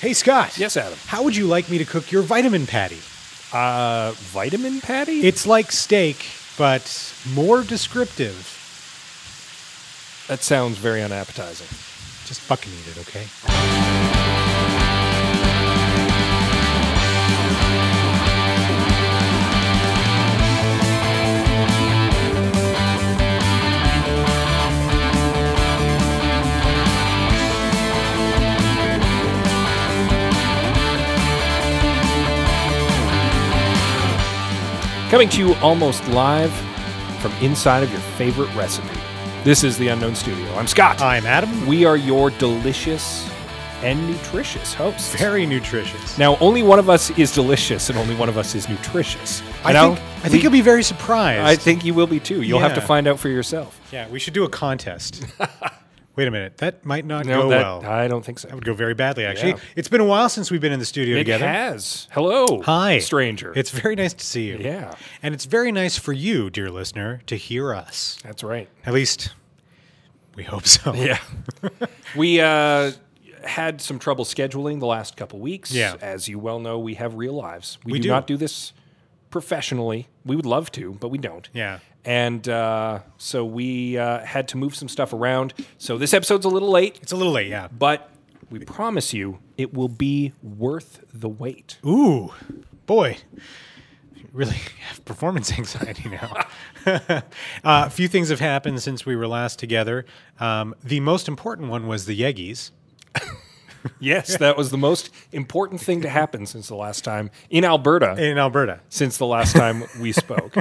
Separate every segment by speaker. Speaker 1: Hey, Scott.
Speaker 2: Yes, Adam.
Speaker 1: How would you like me to cook your vitamin patty?
Speaker 2: Uh, vitamin patty?
Speaker 1: It's like steak, but more descriptive.
Speaker 2: that sounds very unappetizing.
Speaker 1: Just fucking eat it, okay?
Speaker 2: Coming to you almost live from inside of your favorite recipe. This is the Unknown Studio. I'm Scott.
Speaker 1: I'm Adam.
Speaker 2: we are your delicious and nutritious hosts.
Speaker 1: Very nutritious.
Speaker 2: Now, only one of us is delicious, and only one of us is nutritious.
Speaker 1: I
Speaker 2: And I'll-
Speaker 1: think, I think
Speaker 2: we-
Speaker 1: you'll be very surprised.
Speaker 2: I think you will be too. You'll have to
Speaker 1: Yeah.
Speaker 2: find out for yourself.
Speaker 1: yeah, we should do a contest. Wait a minute. That might not go
Speaker 2: that,
Speaker 1: well. That
Speaker 2: I don't think so.
Speaker 1: would go very badly, actually.
Speaker 2: Yeah.
Speaker 1: It's been a while since we've been in the studio
Speaker 2: It
Speaker 1: together.
Speaker 2: has. Hello.
Speaker 1: Hi.
Speaker 2: Stranger.
Speaker 1: It's very nice to see you.
Speaker 2: Yeah.
Speaker 1: And it's very nice for you, dear listener, to hear us.
Speaker 2: That's right.
Speaker 1: At least we hope so.
Speaker 2: Yeah. we uh, had some trouble scheduling the last couple weeks.
Speaker 1: Yeah.
Speaker 2: As you well know, we have real lives. We,
Speaker 1: We do.
Speaker 2: do, not do this professionally. We would love to, but we don't.
Speaker 1: Yeah.
Speaker 2: And uh, so we uh, had to move some stuff around. So this episode's a little late,
Speaker 1: It's a little late, yeah.
Speaker 2: but we promise you it will be worth the wait.
Speaker 1: Ooh, boy. You Really have performance anxiety now. uh, a few things have happened since we were last together. Um, the most important one was the Yeggies.
Speaker 2: Yes, that was the most important thing to happen since the last time in Alberta.
Speaker 1: in Alberta.
Speaker 2: since the last time we spoke.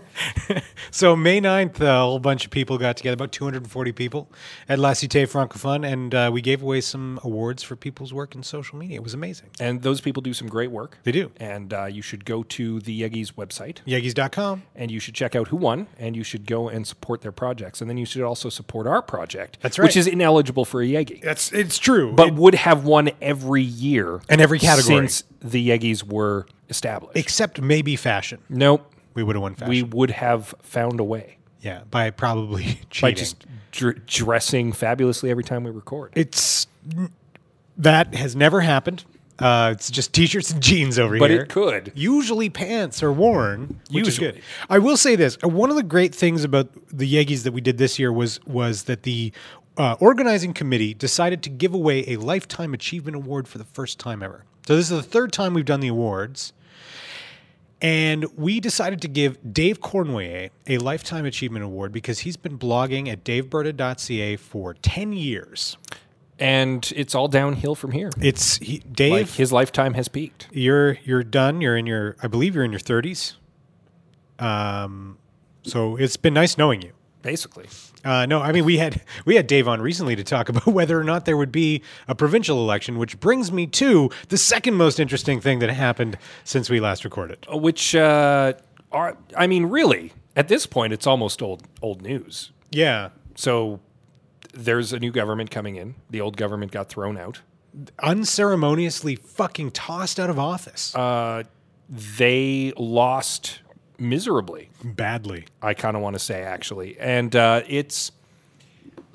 Speaker 1: So May 9th, a whole bunch of people got together, about 240 people at La Cité Francophone, and uh, we gave away some awards for people's work in social media. It was amazing.
Speaker 2: And those people do some great work.
Speaker 1: They do.
Speaker 2: And uh, you should go to the Yeggies website
Speaker 1: Yeggies.com.
Speaker 2: and you should check out who won and you should go and support their projects. And then you should also support our project,
Speaker 1: That's
Speaker 2: which
Speaker 1: right. Uh,
Speaker 2: is ineligible for a Yeggie,
Speaker 1: That's it's true.
Speaker 2: but would have won every year
Speaker 1: And every category.
Speaker 2: since the Yeggies were established.
Speaker 1: except maybe fashion.
Speaker 2: nope.
Speaker 1: We would have won fashion.
Speaker 2: We would have found a way
Speaker 1: yeah, by probably cheating.
Speaker 2: by just dr- dressing fabulously every time we record.
Speaker 1: it's that has never happened. Uh, it's just t-shirts and jeans over
Speaker 2: but
Speaker 1: here.
Speaker 2: it could.
Speaker 1: Usually pants are worn, which is
Speaker 2: Usually.
Speaker 1: good. I will say this: uh, one of the great things about the Yeggies that we did this year was was that the uh, organizing committee decided to give away a lifetime achievement award for the first time ever. So this is the third time we've done the awards, and we decided to give Dave Cornway a lifetime achievement award because he's been blogging at daveberta.ca for ten years.
Speaker 2: And it's all downhill from here.
Speaker 1: It's he,
Speaker 2: Like
Speaker 1: Dave.
Speaker 2: his lifetime has peaked.
Speaker 1: you're you're done. You're in your I believe you're in your 30s. Um, so it's been nice knowing you.
Speaker 2: Basically.
Speaker 1: Uh, no, I mean we had we had Dave on recently to talk about whether or not there would be a provincial election, which brings me to the second most interesting thing that happened since we last recorded.
Speaker 2: which uh, are I mean, really, at this point, it's almost old old news.
Speaker 1: Yeah,
Speaker 2: So there's a new government coming in. The old government got thrown out.
Speaker 1: unceremoniously fucking tossed out of office
Speaker 2: Uh, they lost miserably.
Speaker 1: badly.
Speaker 2: I kind of want to say actually, and uh, it's.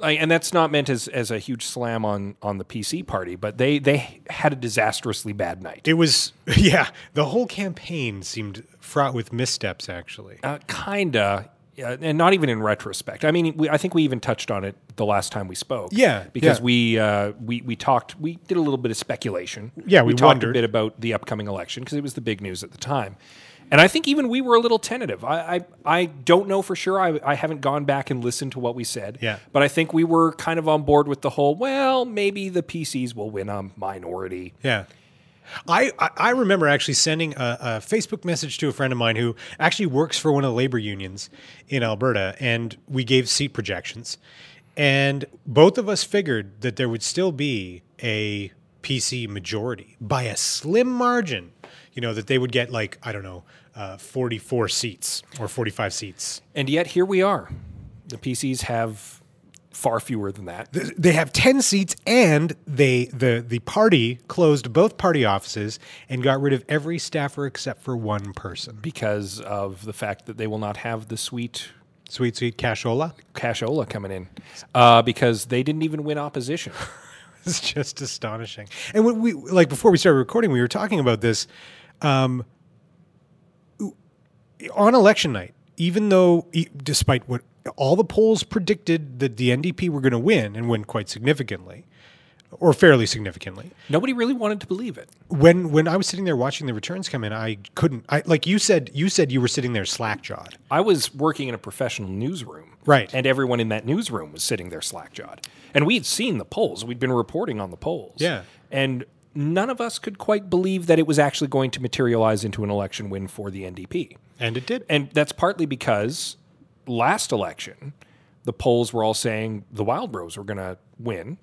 Speaker 2: I, and that's not meant as, as a huge slam on, on the PC party, but they, they had a disastrously bad night.
Speaker 1: It was yeah. The whole campaign seemed fraught with missteps. Actually,
Speaker 2: Uh, kinda, uh, and not even in retrospect. I mean, we, I think we even touched on it the last time we spoke.
Speaker 1: Yeah,
Speaker 2: because
Speaker 1: yeah.
Speaker 2: we uh, we we talked, we did a little bit of speculation.
Speaker 1: Yeah, we
Speaker 2: talked a
Speaker 1: wondered.
Speaker 2: bit about the upcoming election because it was the big news at the time. And I think even we were a little tentative. I I, I don't know for sure. I, I haven't gone back and listened to what we said.
Speaker 1: Yeah.
Speaker 2: But I think we were kind of on board with the whole, well, maybe the PCs will win a minority.
Speaker 1: Yeah. I, I- I remember actually sending a, a Facebook message to a friend of mine who actually works for one of the labor unions in Alberta, and we gave seat projections. And both of us figured that there would still be a PC majority by a slim margin, you know, that they would get like, I don't know, uh, 44 seats or 45 seats.
Speaker 2: And yet here we are. The PCs have far fewer than that.
Speaker 1: Th- They have 10 seats and they the, the party closed both party offices and got rid of every staffer except for one person.
Speaker 2: because of the fact that they will not have the sweet
Speaker 1: Sweet, sweet cashola.
Speaker 2: cashola coming in uh, because they didn't even win opposition.
Speaker 1: was just astonishing. And when we like before we started recording, we were talking about this um, on election night. Even though, e- despite what all the polls predicted that the NDP were going to win and win quite significantly, or fairly significantly,
Speaker 2: Nobody really wanted to believe it.
Speaker 1: when when I was sitting there watching the returns come in, I couldn't. I like you said. You said you were sitting there slack jawed.
Speaker 2: I was working in a professional newsroom.
Speaker 1: Right.
Speaker 2: And everyone in that newsroom was sitting there slack jawed. And we'd seen the polls, we'd been reporting on the polls.
Speaker 1: Yeah.
Speaker 2: And none of us could quite believe that it was actually going to materialize into an election win for the NDP.
Speaker 1: And it did.
Speaker 2: And that's partly because last election, the polls were all saying the Wild Rose were going to win,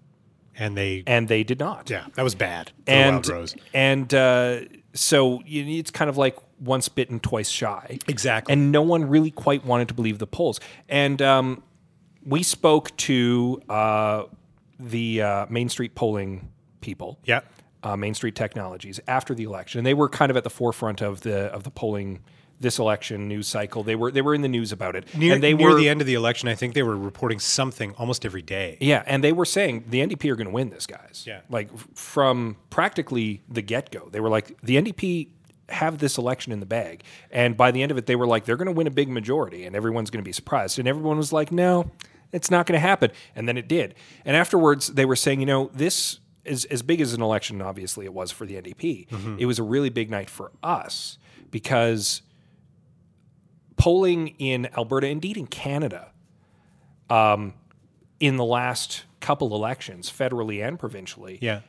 Speaker 1: And they.
Speaker 2: and they did not
Speaker 1: yeah, that was bad. for the
Speaker 2: and
Speaker 1: Wild Rose.
Speaker 2: and uh, so you know, it's kind of like once bitten, twice shy.
Speaker 1: Exactly.
Speaker 2: And no one really quite wanted to believe the polls. And um, we spoke to uh, the uh, Main Street polling people.
Speaker 1: Yeah.
Speaker 2: Uh, Main Street Technologies after the election, and they were kind of at the forefront of the of the polling this election news cycle. They were they were in the news about it,
Speaker 1: Near,
Speaker 2: and they
Speaker 1: near
Speaker 2: were
Speaker 1: the end of the election, I think they were reporting something almost every day.
Speaker 2: yeah, and they were saying the NDP are going to win this, guys.
Speaker 1: Yeah.
Speaker 2: Like f- from practically the get go, they were like, the NDP have this election in the bag. And by the end of it, they were like, they're going to win a big majority and everyone's going to be surprised. And everyone was like, no, it's not going to happen. And then it did. And afterwards, they were saying, you know, this is as big as an election, obviously, it was for the NDP. It was a really big night for us because polling in Alberta, indeed in Canada, um, in the last couple elections, federally and provincially,
Speaker 1: Yeah.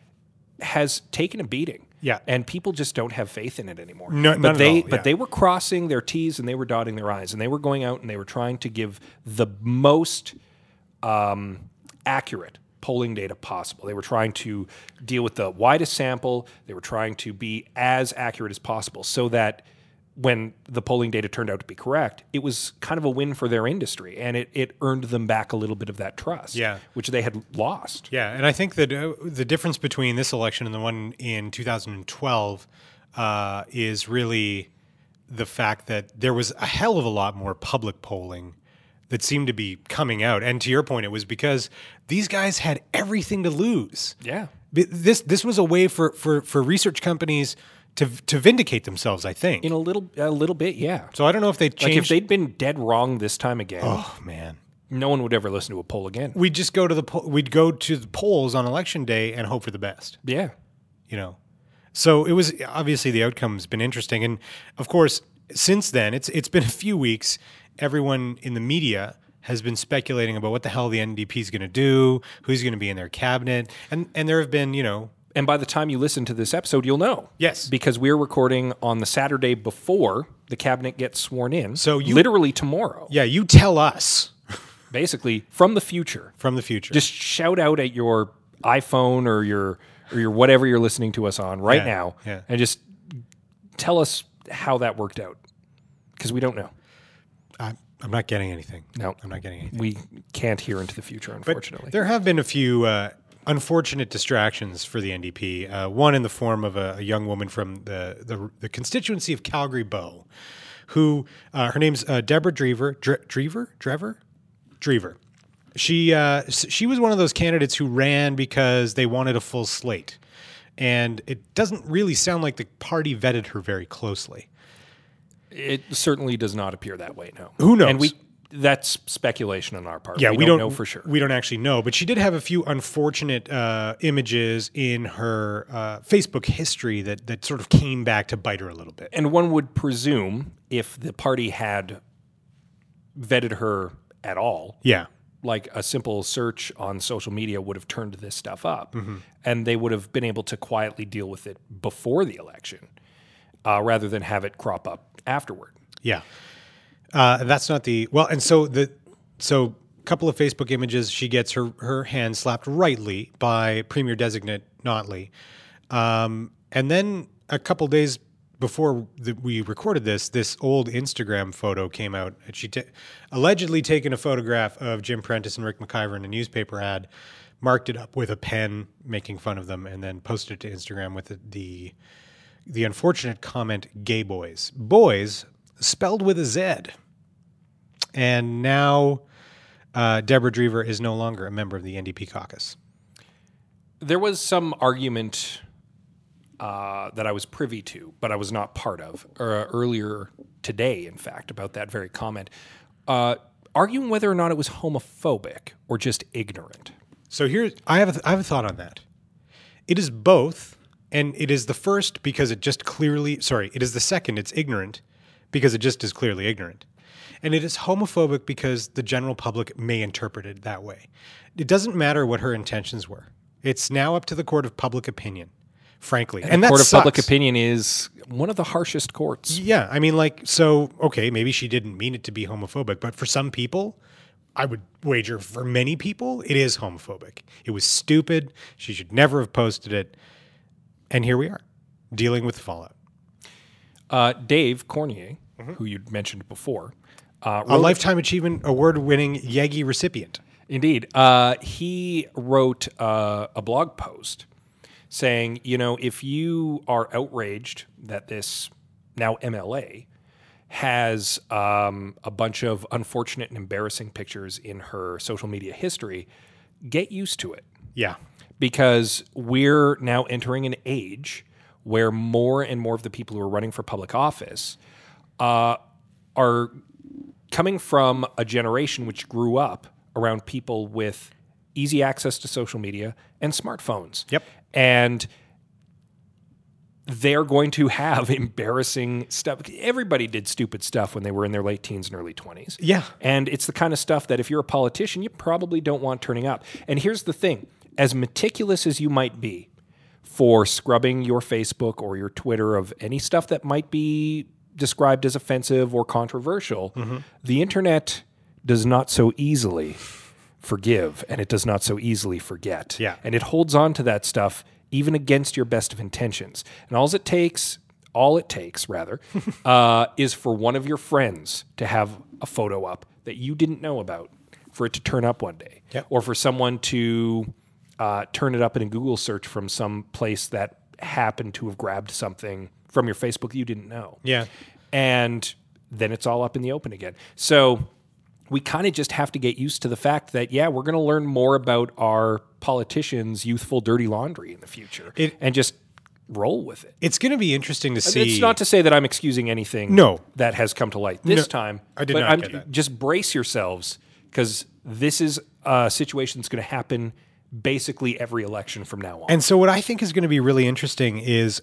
Speaker 2: has taken a beating.
Speaker 1: Yeah.
Speaker 2: And people just don't have faith in it anymore.
Speaker 1: No-
Speaker 2: but
Speaker 1: none at
Speaker 2: they
Speaker 1: all,
Speaker 2: but
Speaker 1: yeah.
Speaker 2: they were crossing their T's and they were dotting their I's and they were going out and they were trying to give the most um, accurate polling data possible. They were trying to deal with the widest sample. They were trying to be as accurate as possible so that when the polling data turned out to be correct, it was kind of a win for their industry and it, it earned them back a little bit of that trust,
Speaker 1: Yeah.
Speaker 2: which they had lost.
Speaker 1: Yeah, and I think that uh, the difference between this election and the one in 2012 uh, is really the fact that there was a hell of a lot more public polling that seemed to be coming out. And to your point, it was because these guys had everything to lose.
Speaker 2: Yeah.
Speaker 1: B- This this was a way for for for research companies to to vindicate themselves. I think.
Speaker 2: In a little a little bit, yeah.
Speaker 1: so I don't know if they
Speaker 2: Like if
Speaker 1: changed.
Speaker 2: they'd been dead wrong this time again,
Speaker 1: oh man.
Speaker 2: no one would ever listen to a poll again.
Speaker 1: We'd just go to the po- we'd go to the polls on election day and hope for the best.
Speaker 2: Yeah.
Speaker 1: you know. So it was obviously the outcome's been interesting, and of course, since then it's it's been a few weeks. Everyone in the media has been speculating about what the hell the NDP is going to do, who's going to be in their cabinet, and and there have been you know
Speaker 2: And by the time you listen to this episode, you'll know.
Speaker 1: Yes.
Speaker 2: Because we're recording on the Saturday before the cabinet gets sworn in.
Speaker 1: So you-
Speaker 2: literally tomorrow.
Speaker 1: yeah you tell us
Speaker 2: Basically from the future.
Speaker 1: from the future.
Speaker 2: Just shout out at your iPhone or your or your whatever you're listening to us on right
Speaker 1: Yeah,
Speaker 2: now.
Speaker 1: yeah.
Speaker 2: And just tell us how that worked out. Because we don't know.
Speaker 1: I, I'm not getting anything.
Speaker 2: No.
Speaker 1: I'm not getting anything.
Speaker 2: We can't hear into the future, unfortunately.
Speaker 1: There have been a few uh, unfortunate distractions for the NDP. Uh, one in the form of a, a young woman from the, the the constituency of Calgary Bow, who uh, her name's uh, Deborah Drever. Dre- Drever? Drever? Drever. She uh, s- she was one of those candidates who ran because they wanted a full slate, and it doesn't really sound like the party vetted her very closely.
Speaker 2: It certainly does not appear that way. No.
Speaker 1: Who knows?
Speaker 2: And we that's speculation on our part.
Speaker 1: Yeah,
Speaker 2: we, don't, know for sure.
Speaker 1: We don't actually know, but she did have a few unfortunate uh, images in her uh, Facebook history that that sort of came back to bite her a little bit.
Speaker 2: and one would presume if the party had vetted her at all,
Speaker 1: Yeah,
Speaker 2: like a simple search on social media would have turned this stuff up,
Speaker 1: Mm-hmm.
Speaker 2: and they would have been able to quietly deal with it before the election, uh, rather than have it crop up afterward.
Speaker 1: yeah. Uh, that's not the well, and so the so couple of Facebook images she gets her her hand slapped rightly by Premier designate Notley, um, and then a couple days before the, we recorded this, this old Instagram photo came out. And she ta- allegedly taken a photograph of Jim Prentice and Rick McIver in a newspaper ad, marked it up with a pen, making fun of them, and then posted it to Instagram with the the, the unfortunate comment, "Gay boys, boys spelled with a Z." And now, uh, Deborah Drever is no longer a member of the NDP caucus.
Speaker 2: there was some argument uh, that I was privy to, but I was not part of uh, earlier today, in fact, about that very comment, uh, arguing whether or not it was homophobic or just ignorant.
Speaker 1: So here, I have a, I have a thought on that. It is both, and it is the first because it just clearly. Sorry, it is the second. It's ignorant because it just is clearly ignorant, and it is homophobic because the general public may interpret it that way. It doesn't matter what her intentions were. It's now up to the court of public opinion, frankly, and,
Speaker 2: the
Speaker 1: that
Speaker 2: court of public
Speaker 1: sucks.
Speaker 2: opinion is one of the harshest courts.
Speaker 1: Yeah, I mean, like, so okay, maybe she didn't mean it to be homophobic, but for some people, I would wager for many people, it is homophobic. It was stupid. She should never have posted it, and here we are, dealing with the fallout. Mm-hmm.
Speaker 2: Uh, Dave Cornier, who you'd mentioned before, uh,
Speaker 1: A lifetime achievement award-winning Yagi recipient.
Speaker 2: Indeed. Uh, he wrote uh, a blog post saying, you know, if you are outraged that this now MLA has um, a bunch of unfortunate and embarrassing pictures in her social media history, get used to it
Speaker 1: Yeah,
Speaker 2: because we're now entering an age where more and more of the people who are running for public office uh, are coming from a generation which grew up around people with easy access to social media and smartphones.
Speaker 1: Yep.
Speaker 2: And they're going to have embarrassing stuff. Everybody did stupid stuff when they were in their late teens and early 20s.
Speaker 1: Yeah.
Speaker 2: And it's the kind of stuff that if you're a politician, you probably don't want turning up. And here's the thing as meticulous as you might be for scrubbing your Facebook or your Twitter of any stuff that might be described as offensive or controversial, the internet does not so easily forgive and it does not so easily forget.
Speaker 1: Yeah.
Speaker 2: And it holds on to that stuff even against your best of intentions. And all it takes, all it takes rather, uh, is for one of your friends to have a photo up that you didn't know about for it to turn up one day.
Speaker 1: Yep.
Speaker 2: Or for someone to uh, turn it up in a Google search from some place that happened to have grabbed something from your Facebook you didn't know
Speaker 1: yeah.
Speaker 2: and then it's all up in the open again. So we kind of just have to get used to the fact that yeah, we're going to learn more about our politicians' youthful dirty laundry in the future,
Speaker 1: It-
Speaker 2: and just roll with it.
Speaker 1: It's going to be interesting to see.
Speaker 2: It's not to say that I'm excusing anything
Speaker 1: No.
Speaker 2: that has come to light this time.
Speaker 1: I did
Speaker 2: but
Speaker 1: not
Speaker 2: I'm,
Speaker 1: get that.
Speaker 2: Just brace yourselves because this is a situation that's going to happen basically every election from now on.
Speaker 1: And so, what I think is going to be really interesting is,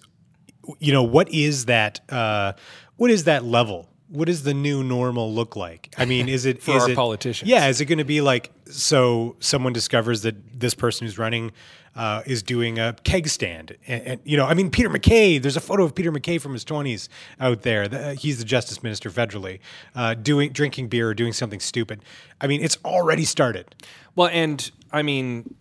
Speaker 1: you know, what is that? Uh, what is that level? What does the new normal look like? I mean, is it for
Speaker 2: our politicians.
Speaker 1: Yeah, is it going to be like so? Someone discovers that this person who's running uh, is doing a keg stand, and, and you know, I mean, Peter McKay. There's a photo of Peter McKay from his 20s out there. The- uh, he's the justice minister federally, uh, doing drinking beer or doing something stupid. I mean, it's already started.
Speaker 2: well, and I mean,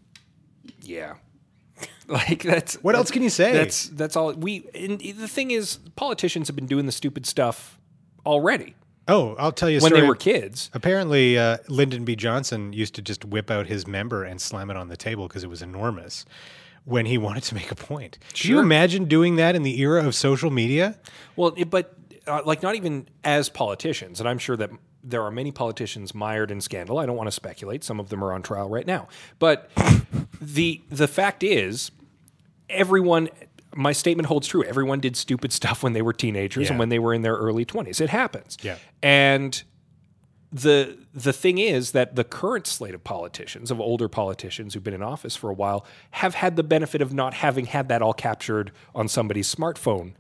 Speaker 2: yeah, like that's
Speaker 1: What else can you say?
Speaker 2: That's that's all we. And the thing is, politicians have been doing the stupid stuff already
Speaker 1: oh, I'll tell you a
Speaker 2: when
Speaker 1: story
Speaker 2: they were kids.
Speaker 1: Apparently, uh, Lyndon B. Johnson used to just whip out his member and slam it on the table because it was enormous when he wanted to make a point. Can you imagine doing that in the era of social media?
Speaker 2: Well, it, but uh, like not even as politicians, and I'm sure that there are many politicians mired in scandal. I don't want to speculate. Some of them are on trial right now. But the the fact is, everyone. My statement holds true. Everyone did stupid stuff when they were teenagers and
Speaker 1: Yeah.
Speaker 2: when they were in their early 20s. It happens.
Speaker 1: Yeah.
Speaker 2: And the the thing is that the current slate of politicians, of older politicians who've been in office for a while, have had the benefit of not having had that all captured on somebody's smartphone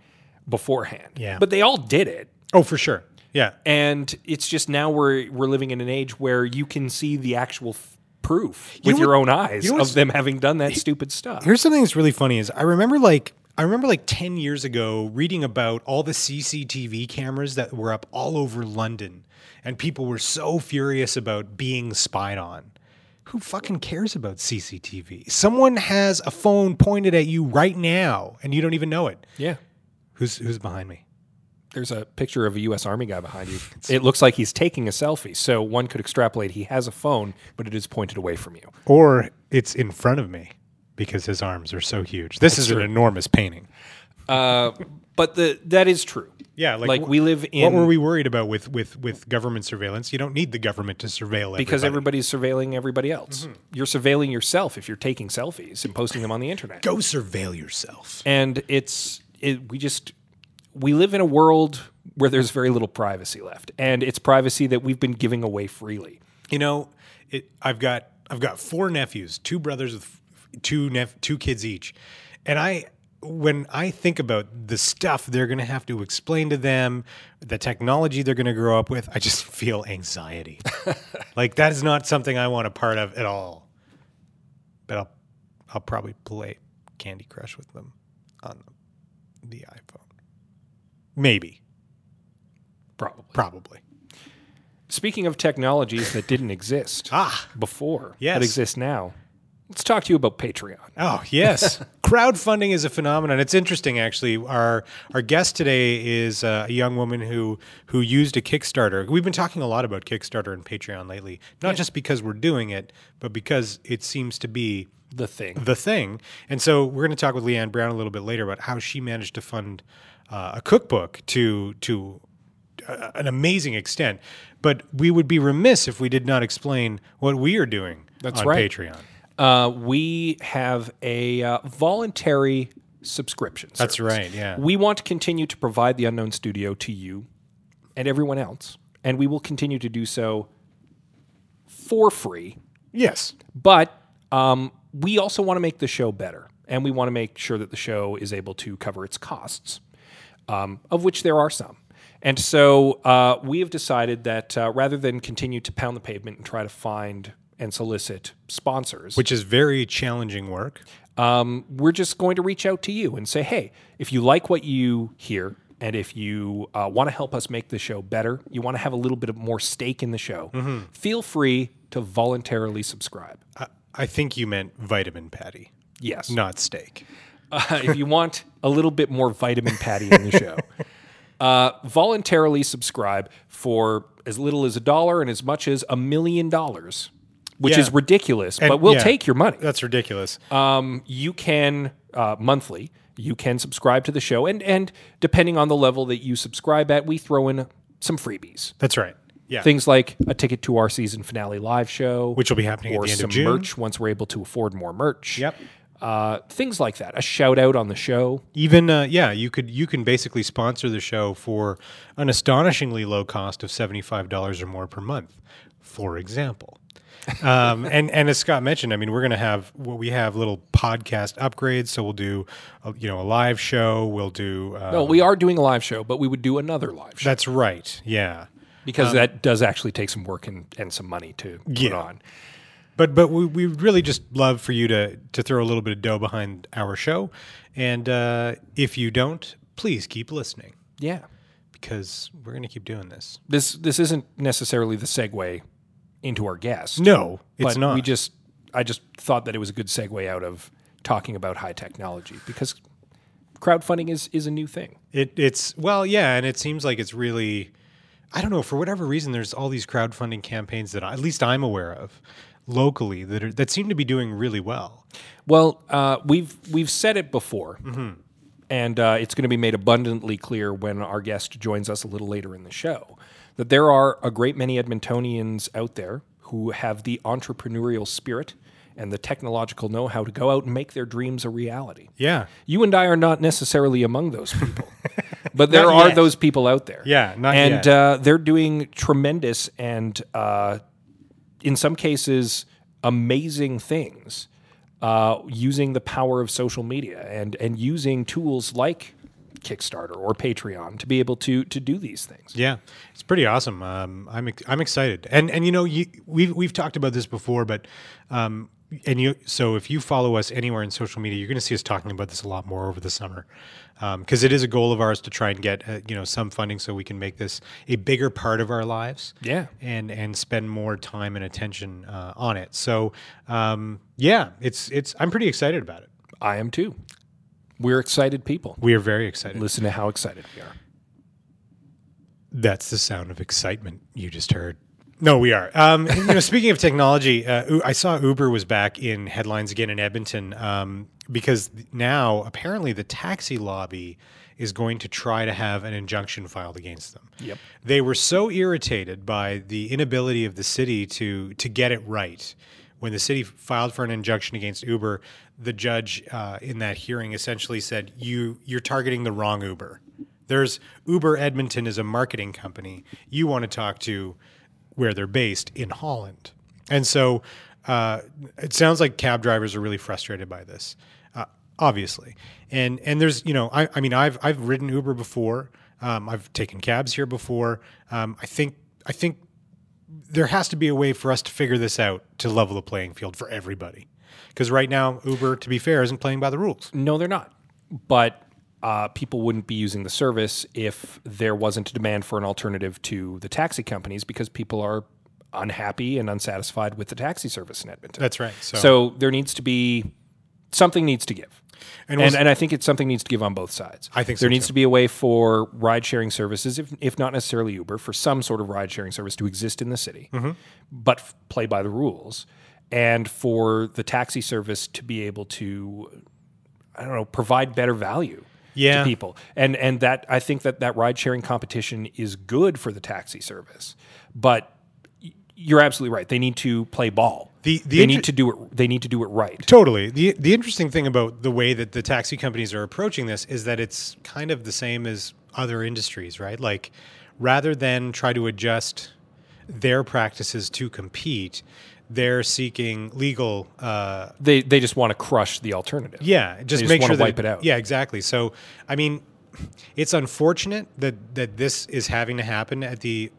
Speaker 2: beforehand.
Speaker 1: Yeah.
Speaker 2: But they all did it.
Speaker 1: Oh, for sure. Yeah.
Speaker 2: And it's just now we're we're living in an age where you can see the actual f- proof with
Speaker 1: know
Speaker 2: your
Speaker 1: what-
Speaker 2: own eyes
Speaker 1: you know
Speaker 2: of
Speaker 1: what's-
Speaker 2: them having done that stupid stuff.
Speaker 1: Here's something that's really funny is I remember like I remember like 10 years ago reading about all the CCTV cameras that were up all over London and people were so furious about being spied on. Who fucking cares about CCTV? Someone has a phone pointed at you right now and you don't even know it.
Speaker 2: Yeah.
Speaker 1: Who's who's behind me?
Speaker 2: There's a picture of a U.S. Army guy behind you. It looks like he's taking a selfie. So one could extrapolate he has a phone, but it is pointed away from you.
Speaker 1: Or it's in front of me because his arms are so huge. This is an enormous painting.
Speaker 2: Uh, But the that is true.
Speaker 1: Yeah, like,
Speaker 2: Like,
Speaker 1: wh-
Speaker 2: we live in
Speaker 1: What were we worried about with with with government surveillance? You don't need the government to surveil
Speaker 2: because
Speaker 1: everybody.
Speaker 2: everybody's surveilling everybody else.
Speaker 1: Mm-hmm.
Speaker 2: You're surveilling yourself if you're taking selfies and posting them on the internet.
Speaker 1: go surveil yourself.
Speaker 2: And it's it, we just we live in a world where there's very little privacy left, and it's privacy that we've been giving away freely.
Speaker 1: You know, it, I've got I've got four nephews, two brothers with f- two nep- two kids each, and I when I think about the stuff they're going to have to explain to them, the technology they're going to grow up with, I just feel anxiety. like that is not something I want a part of at all. But I'll I'll probably play Candy Crush with them on the iPhone. Maybe,
Speaker 2: Probably.
Speaker 1: probably.
Speaker 2: Speaking of technologies that didn't exist
Speaker 1: Ah,
Speaker 2: before
Speaker 1: Yes.
Speaker 2: that exist now, let's talk to you about Patreon.
Speaker 1: Oh yes, crowdfunding is a phenomenon. It's interesting, actually. Our our guest today is uh, a young woman who who used a Kickstarter. We've been talking a lot about Kickstarter and Patreon lately, not just because we're doing it, but because it seems to be
Speaker 2: The thing.
Speaker 1: the thing. And so we're going to talk with Leanne Brown a little bit later about how she managed to fund uh, a cookbook to to uh, an amazing extent. But we would be remiss if we did not explain what we are doing
Speaker 2: That's
Speaker 1: on
Speaker 2: right.
Speaker 1: Patreon.
Speaker 2: Uh, we have a uh, voluntary subscription.
Speaker 1: That's
Speaker 2: service.
Speaker 1: right, yeah.
Speaker 2: We want to continue to provide the Unknown Studio to you and everyone else, and we will continue to do so for free.
Speaker 1: Yes.
Speaker 2: But um, we also want to make the show better, and we want to make sure that the show is able to cover its costs, um, of which there are some. And so uh, we have decided that uh, rather than continue to pound the pavement and try to find and solicit sponsors,
Speaker 1: which is very challenging work.
Speaker 2: um, we're just going to reach out to you and say, hey, if you like what you hear, and if you uh, want to help us make the show better, you want to have a little bit of more stake in the show,
Speaker 1: Mm-hmm.
Speaker 2: feel free to voluntarily subscribe.
Speaker 1: I, I think you meant vitamin patty,
Speaker 2: Yes.
Speaker 1: not steak.
Speaker 2: Uh, if you want a little bit more vitamin patty in the show, uh, voluntarily subscribe for as little as a dollar and as much as a million dollars, which
Speaker 1: Yeah.
Speaker 2: is ridiculous, but we'll
Speaker 1: yeah.
Speaker 2: take your money.
Speaker 1: That's ridiculous.
Speaker 2: um, you can uh, monthly you can subscribe to the show and and depending on the level that you subscribe at we throw in some freebies
Speaker 1: That's right. Yeah.
Speaker 2: things like a ticket to our season finale live show
Speaker 1: Which will be happening at
Speaker 2: or
Speaker 1: the end
Speaker 2: some
Speaker 1: of June.
Speaker 2: merch once we're able to afford more merch
Speaker 1: Yep.
Speaker 2: uh, things like that a shout out on the show
Speaker 1: Even uh, yeah, you could you can basically sponsor the show for an astonishingly low cost of seventy five dollars or more per month, for example. um, and and as Scott mentioned, I mean, we're gonna have what we have little podcast upgrades. So we'll do, uh, you know, a live show. We'll do. Uh,
Speaker 2: no we are doing a live show but we would do another live show
Speaker 1: That's right. Yeah.
Speaker 2: because that does actually take some work and, and some money to put
Speaker 1: um, Yeah.
Speaker 2: on
Speaker 1: But but we we really just love for you to to throw a little bit of dough behind our show, and uh, if you don't, please keep listening
Speaker 2: yeah
Speaker 1: because we're gonna keep doing this.
Speaker 2: this this isn't necessarily the segue into our guest
Speaker 1: No, it's
Speaker 2: but
Speaker 1: not.
Speaker 2: we just I just thought that it was a good segue out of talking about high technology because crowdfunding is is a new thing.
Speaker 1: It it's well, yeah, and it seems like it's really I don't know, for whatever reason there's all these crowdfunding campaigns that I, at least I'm aware of locally that are, that seem to be doing really well.
Speaker 2: Well, uh, we've we've said it before, and uh, it's going to be made abundantly clear when our guest joins us a little later in the show that there are a great many Edmontonians out there who have the entrepreneurial spirit and the technological know-how to go out and make their dreams a reality.
Speaker 1: Yeah.
Speaker 2: You and I are not necessarily among those people, but there
Speaker 1: Not
Speaker 2: are
Speaker 1: yet.
Speaker 2: those people out there.
Speaker 1: Yeah, not
Speaker 2: and
Speaker 1: yet.
Speaker 2: Uh, they're doing tremendous and, uh, in some cases, amazing things uh, using the power of social media and and using tools like Kickstarter or Patreon to be able to to do these things.
Speaker 1: Yeah, it's pretty awesome. Um, I'm ex- I'm excited, and and you know you, we've we've talked about this before, but um, and you so if you follow us anywhere in social media, you're going to see us talking about this a lot more over the summer, because it is a goal of ours to try and get uh, you know some funding so we can make this a bigger part of our lives.
Speaker 2: Yeah.
Speaker 1: and and spend more time and attention uh, on it. So um, yeah, it's it's I'm pretty excited about it.
Speaker 2: I am too. We're excited people.
Speaker 1: We are very excited.
Speaker 2: Listen to how excited we are.
Speaker 1: That's the sound of excitement you just heard. No, we are. Um, you know, speaking of technology, uh, U- I saw Uber was back in headlines again in Edmonton um, because now apparently the taxi lobby is going to try to have an injunction filed against them.
Speaker 2: Yep.
Speaker 1: They were so irritated by the inability of the city to to get it right. When the city filed for an injunction against Uber, the judge uh, in that hearing essentially said, "You you're targeting the wrong Uber. There's Uber Edmonton is a marketing company. You want to talk to where they're based in Holland." And so uh, it sounds like cab drivers are really frustrated by this, uh, obviously. And and there's you know I, I mean I've I've ridden Uber before. Um, I've taken cabs here before. Um, I think I think there has to be a way for us to figure this out to level the playing field for everybody. Because right now Uber, to be fair, isn't playing by the rules.
Speaker 2: No, they're not. But uh, people wouldn't be using the service if there wasn't a demand for an alternative to the taxi companies because people are unhappy and unsatisfied with the taxi service in Edmonton.
Speaker 1: That's right. So,
Speaker 2: So there needs to be something needs to give.
Speaker 1: and,
Speaker 2: And,
Speaker 1: we'll
Speaker 2: and, I think it's something needs to give on both sides.
Speaker 1: I think so,
Speaker 2: there needs
Speaker 1: too.
Speaker 2: to be a way for ride sharing services, if, if not necessarily Uber, for some sort of ride sharing service to exist in the city,
Speaker 1: Mm-hmm.
Speaker 2: but f- play by the rules, and for the taxi service to be able to, I don't know, provide better value
Speaker 1: Yeah.
Speaker 2: to people. And and that I think that that ride sharing competition is good for the taxi service, but y- you're absolutely right. They need to play ball.
Speaker 1: The- the
Speaker 2: they
Speaker 1: inter-
Speaker 2: need to do it. They need to do it right.
Speaker 1: Totally. The the interesting thing about the way that the taxi companies are approaching this is that it's kind of the same as other industries, right? Like rather than try to adjust their practices to compete, they're seeking legal uh,
Speaker 2: They they just want to crush the alternative.
Speaker 1: yeah, just,
Speaker 2: just
Speaker 1: make
Speaker 2: wanna
Speaker 1: sure that
Speaker 2: wipe it out.
Speaker 1: Yeah, exactly. So, I mean, it's unfortunate that that this is having to happen at the,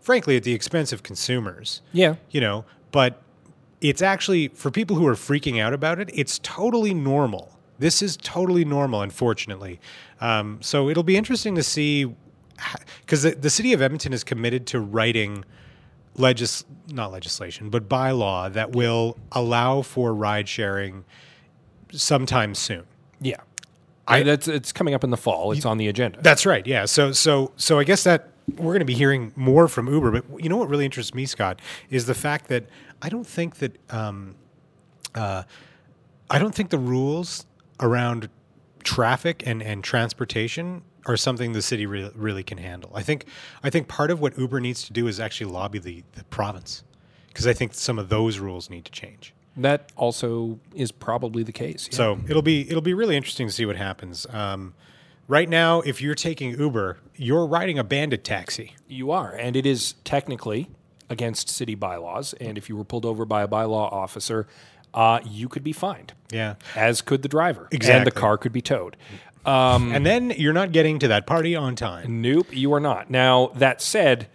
Speaker 1: frankly, at the expense of consumers.
Speaker 2: Yeah.
Speaker 1: you know, but it's actually for people who are freaking out about it. It's totally normal. This is totally normal, unfortunately. Um, so it'll be interesting to see, because the, the city of Edmonton is committed to writing legis not legislation, but bylaw that will allow for ride sharing sometime soon.
Speaker 2: Yeah.
Speaker 1: I-
Speaker 2: I, that's it's coming up in the fall. It's on the agenda.
Speaker 1: That's right. Yeah. So so so I guess that we're going to be hearing more from Uber. But you know what really interests me, Scott, is the fact that I don't think that um, uh, I don't think the rules around traffic and and transportation are something the city re- really can handle. I think I think part of what Uber needs to do is actually lobby the the province because I think some of those rules need to change.
Speaker 2: that also is probably the case. yeah.
Speaker 1: So it'll be it'll be really interesting to see what happens. Um, right now, if you're taking Uber, you're riding a bandit taxi.
Speaker 2: you are, and it is technically against city bylaws. And if you were pulled over by a bylaw officer, uh, you could be fined,
Speaker 1: Yeah,
Speaker 2: as could the driver, and
Speaker 1: Exactly.
Speaker 2: the car could be towed. Um,
Speaker 1: and then you're not getting to that party on time.
Speaker 2: nope, you are not. Now that said.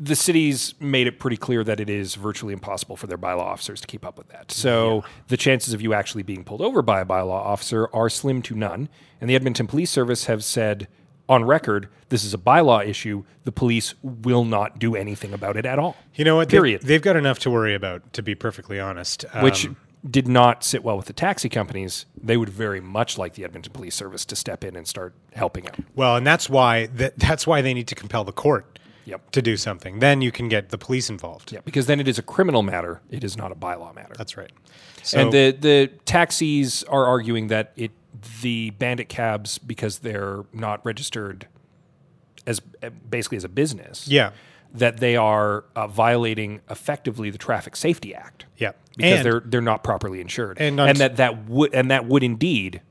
Speaker 2: The city's made it pretty clear that it is virtually impossible for their bylaw officers to keep up with that. So the chances of you actually being pulled over by a bylaw officer are slim to none. And the Edmonton Police Service have said on record, this is a bylaw issue. The police will not do anything about it at all.
Speaker 1: You know what?
Speaker 2: Period.
Speaker 1: They've, they've got enough to worry about, to be perfectly honest. Um,
Speaker 2: which did not sit well with the taxi companies. They would very much like the Edmonton Police Service to step in and start helping out.
Speaker 1: well, and that's why that, that's why they need to compel the court
Speaker 2: Yep.
Speaker 1: to do something. Then you can get the police involved.
Speaker 2: Yeah, because then it is a criminal matter. It is not a bylaw matter.
Speaker 1: That's right. So,
Speaker 2: and the the taxis are arguing that it the bandit cabs because they're not registered as basically as a business.
Speaker 1: yeah,
Speaker 2: That they are uh, violating effectively the Traffic Safety Act.
Speaker 1: yeah,
Speaker 2: Because
Speaker 1: And-
Speaker 2: they're they're not properly insured,
Speaker 1: And not-
Speaker 2: that that would and that would indeed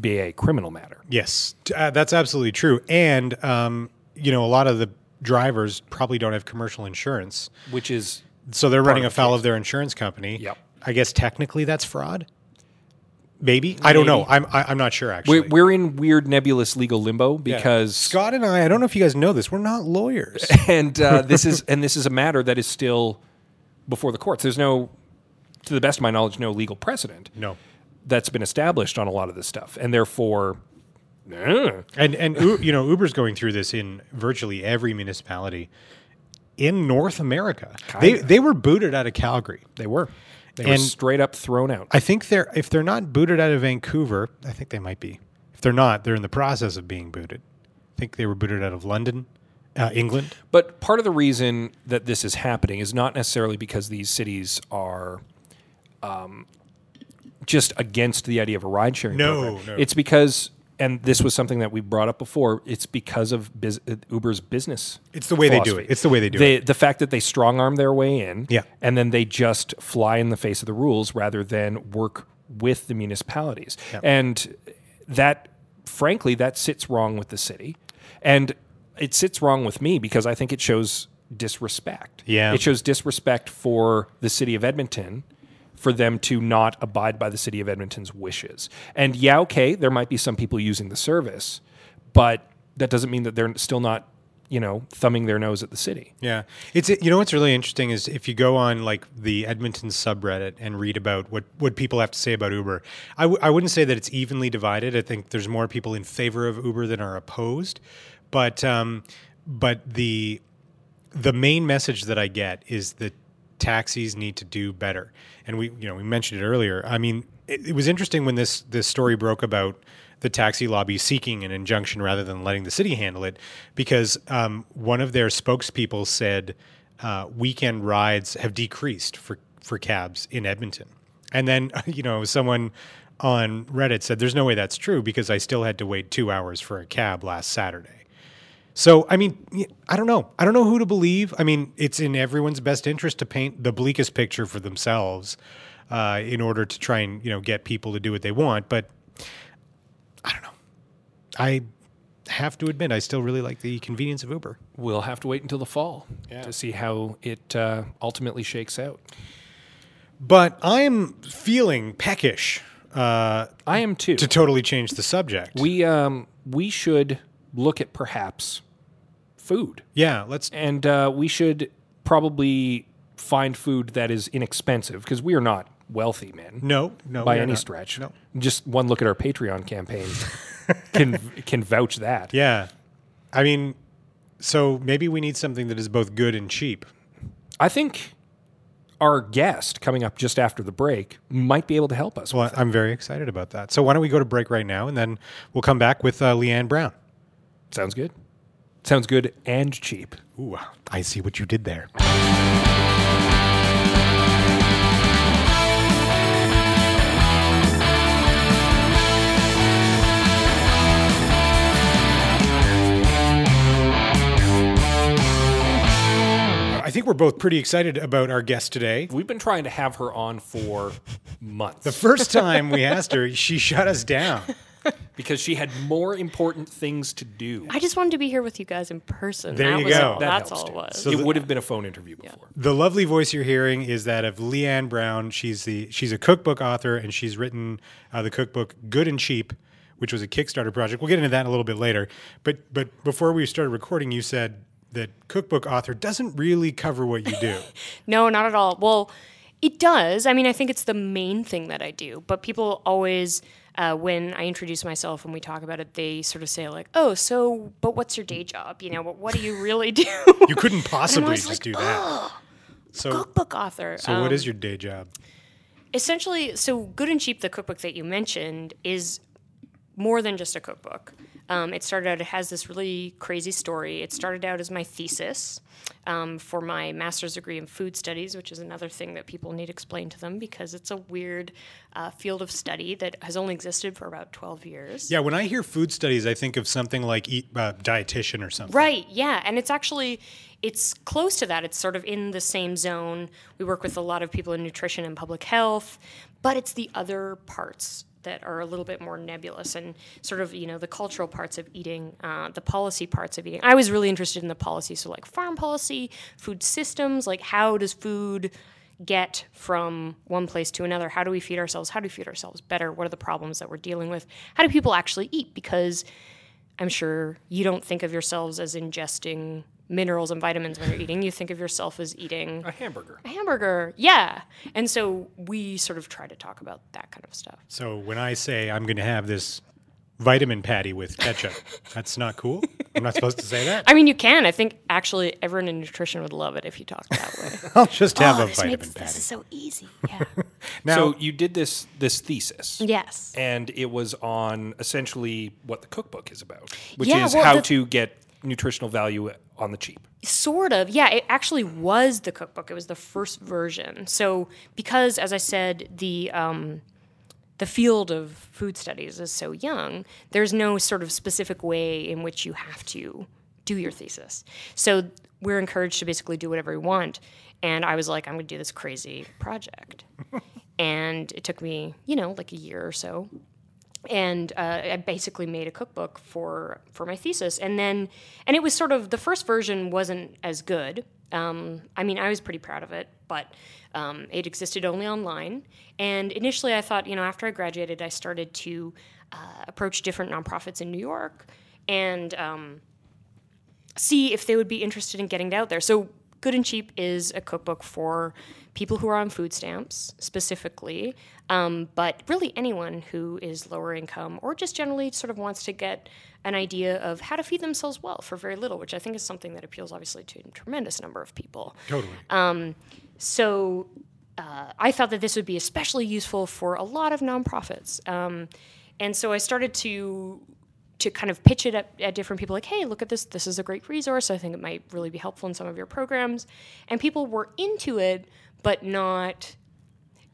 Speaker 2: be a criminal matter.
Speaker 1: Yes, t- uh, that's absolutely true. And um, you know, a lot of the drivers probably don't have commercial insurance,
Speaker 2: which is
Speaker 1: so they're running afoul of their insurance company.
Speaker 2: Yep.
Speaker 1: I guess technically that's fraud. Maybe I don't know.
Speaker 2: Maybe.
Speaker 1: I'm I, I'm not sure actually.
Speaker 2: we're, we're in weird nebulous legal limbo because
Speaker 1: Scott and I, I don't know if you guys know this, we're not lawyers.
Speaker 2: and uh, this is and this is a matter that is still before the courts. There's no, to the best of my knowledge, no legal precedent
Speaker 1: no.
Speaker 2: that's been established on a lot of this stuff, and therefore, eh,
Speaker 1: And and U- you know, Uber's going through this in virtually every municipality in North America. They
Speaker 2: Kinda.
Speaker 1: they were booted out of Calgary.
Speaker 2: they were they were
Speaker 1: And-
Speaker 2: straight up thrown out.
Speaker 1: I think they're if they're not booted out of Vancouver, I think they might be. If they're not, they're in the process of being booted. I think they were booted out of London, uh, England.
Speaker 2: But part of the reason that this is happening is not necessarily because these cities are um, just against the idea of a ride sharing.
Speaker 1: No,
Speaker 2: program.
Speaker 1: no.
Speaker 2: it's because and this was something that we brought up before. It's because of bus- Uber's business.
Speaker 1: It's the way they do it. It's the way they do
Speaker 2: it. The fact that they strong arm their way in,
Speaker 1: Yeah.
Speaker 2: and then they just fly in the face of the rules rather than work with the municipalities. And that, frankly, that sits wrong with the city, and it sits wrong with me because I think it shows disrespect.
Speaker 1: Yeah.
Speaker 2: it shows disrespect for the city of Edmonton for them to not abide by the city of Edmonton's wishes. And yeah, okay, there might be some people using the service, but that doesn't mean that they're still not, you know, thumbing their nose at the city.
Speaker 1: Yeah, it's you know what's really interesting is if you go on like the Edmonton subreddit and read about what what people have to say about Uber. I w- I wouldn't say that it's evenly divided. I think there's more people in favor of Uber than are opposed, but um, but the the main message that I get is that taxis need to do better. And we, you know, we mentioned it earlier. I mean, it, it was interesting when this this story broke about the taxi lobby seeking an injunction rather than letting the city handle it, because um, one of their spokespeople said uh, weekend rides have decreased for for cabs in Edmonton. And then, you know, someone on Reddit said, "There's no way that's true because I still had to wait two hours for a cab last Saturday." So, I mean, y- I don't know. I don't know who to believe. I mean, it's in everyone's best interest to paint the bleakest picture for themselves uh, in order to try and, you know, get people to do what they want. But I don't know. I have to admit, I still really like the convenience of Uber.
Speaker 2: We'll have to wait until the fall to see how it uh, ultimately shakes out.
Speaker 1: But I'm feeling peckish uh,
Speaker 2: I am too.
Speaker 1: to totally change the subject.
Speaker 2: we um, we should look at perhaps food,
Speaker 1: yeah, let's.
Speaker 2: and uh, we should probably find food that is inexpensive because we are not wealthy men.
Speaker 1: No, no.
Speaker 2: by
Speaker 1: we are
Speaker 2: any
Speaker 1: not.
Speaker 2: stretch.
Speaker 1: No.
Speaker 2: Just one look at our Patreon campaign can can vouch that.
Speaker 1: Yeah. I mean, so maybe we need something that is both good and cheap.
Speaker 2: I think our guest coming up just after the break might be able to help us.
Speaker 1: Well, I'm very excited about that. So why don't we go to break right now, and then we'll come back with uh, Leanne Brown.
Speaker 2: Sounds good. Sounds good and cheap.
Speaker 1: Ooh, I see what you did there. I think we're both pretty excited about our guest today.
Speaker 2: We've been trying to have her on for
Speaker 1: The
Speaker 2: months
Speaker 1: first time we asked her, she shut us down.
Speaker 2: because she had more important things to do.
Speaker 3: I just wanted to be here with you guys in person.
Speaker 1: There
Speaker 3: that
Speaker 1: you
Speaker 3: was
Speaker 1: go.
Speaker 3: All.
Speaker 1: That
Speaker 3: That's
Speaker 2: helps
Speaker 3: all it
Speaker 2: too.
Speaker 3: was.
Speaker 1: So
Speaker 2: it
Speaker 1: the-
Speaker 2: would have been a phone interview before.
Speaker 1: The lovely voice you're hearing is that of Leanne Brown. She's the she's a cookbook author, and she's written uh, the cookbook "Good and Cheap," which was a Kickstarter project. We'll get into that in a little bit later. But but before we started recording, you said that cookbook author doesn't really cover what you do.
Speaker 3: No, not at all. Well, it does. I mean, I think it's the main thing that I do. But people always, uh, when I introduce myself and we talk about it, they sort of say like, "Oh, so, but what's your day job? You know, what, what do you really do?"
Speaker 1: You couldn't possibly
Speaker 3: always
Speaker 1: just
Speaker 3: like, um,
Speaker 1: do that. So
Speaker 3: cookbook author.
Speaker 1: so what is your day job?
Speaker 3: essentially so good and cheap the cookbook that you mentioned is more than just a cookbook um, it started out it has this really crazy story it started out as my thesis um, for my master's degree in food studies which is another thing that people need explained to them because it's a weird uh, field of study that has only existed for about 12 years
Speaker 1: Yeah, when I hear food studies, I think of something like eat, uh, dietitian or something.
Speaker 3: Right, yeah, and it's actually it's close to that. It's sort of in the same zone. We work with a lot of people in nutrition and public health, but it's the other parts that are a little bit more nebulous and sort of you know the cultural parts of eating, uh, the policy parts of eating. I was really interested in the policy, so like farm policy, food systems, like how does food get from one place to another? How do we feed ourselves? How do we feed ourselves better? What are the problems that we're dealing with? How do people actually eat? Because I'm sure you don't think of yourselves as ingesting minerals and vitamins when you're eating. You think of yourself as eating
Speaker 2: A hamburger.
Speaker 3: a hamburger. Yeah. And so we sort of try to talk about that kind of stuff.
Speaker 1: So when I say I'm going to have this vitamin patty with ketchup, that's not cool. I'm not supposed to say that.
Speaker 3: I mean, you can. I think actually everyone in nutrition would love it if you talked that way.
Speaker 1: I'll just have a
Speaker 3: this
Speaker 1: vitamin
Speaker 3: makes-
Speaker 1: patty.
Speaker 3: This is so easy. Yeah.
Speaker 1: Now,
Speaker 2: so you did this this thesis.
Speaker 3: yes.
Speaker 2: and it was on essentially what the cookbook is about, which
Speaker 3: Yeah,
Speaker 2: is
Speaker 3: well,
Speaker 2: how
Speaker 3: the-
Speaker 2: to get nutritional value on the cheap.
Speaker 3: sort of yeah it actually was the cookbook it was the first version so because as i said the um the field of food studies is so young, there's no sort of specific way in which you have to do your thesis. So we're encouraged to basically do whatever we want. And I was like, I'm going to do this crazy project. and it took me, you know, like a year or so. And uh, I basically made a cookbook for for my thesis, and then, and it was sort of the first version wasn't as good. Um, I mean, I was pretty proud of it, but um, it existed only online. And initially, I thought, you know, after I graduated, I started to uh, approach different nonprofits in New York, and um, see if they would be interested in getting it out there. So, Good and Cheap is a cookbook for people who are on food stamps specifically, um, but really anyone who is lower income or just generally sort of wants to get an idea of how to feed themselves well for very little, which I think is something that appeals obviously to a tremendous number of people.
Speaker 1: Totally.
Speaker 3: Um, So uh, I thought that this would be especially useful for a lot of nonprofits. Um, and so I started to to kind of pitch it at, at different people like hey look at this this is a great resource i think it might really be helpful in some of your programs and people were into it but not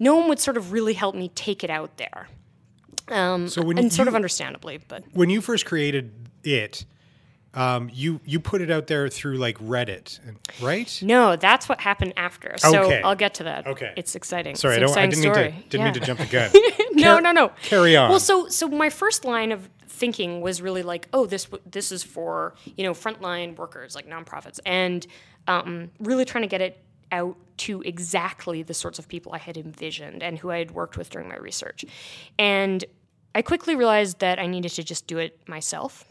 Speaker 3: no one would sort of really help me take it out there um,
Speaker 1: So when
Speaker 3: and sort
Speaker 1: you-
Speaker 3: of understandably but
Speaker 1: when you first created it, um, you you put it out there through like Reddit, and- right?
Speaker 3: no that's what happened after so
Speaker 1: Okay.
Speaker 3: i'll get to that
Speaker 1: Okay.
Speaker 3: it's exciting
Speaker 1: Sorry, I
Speaker 3: it's an
Speaker 1: don't. I didn't
Speaker 3: exciting story.
Speaker 1: mean to. Didn't mean to
Speaker 3: Yeah.
Speaker 1: jump the gun.
Speaker 3: no,
Speaker 1: Car-
Speaker 3: no, no.
Speaker 1: carry on.
Speaker 3: Well, so so my first line of thinking was really like, oh, this w- this is for you know frontline workers, like nonprofits, and um, really trying to get it out to exactly the sorts of people I had envisioned and who I had worked with during my research, and I quickly realized that I needed to just do it myself.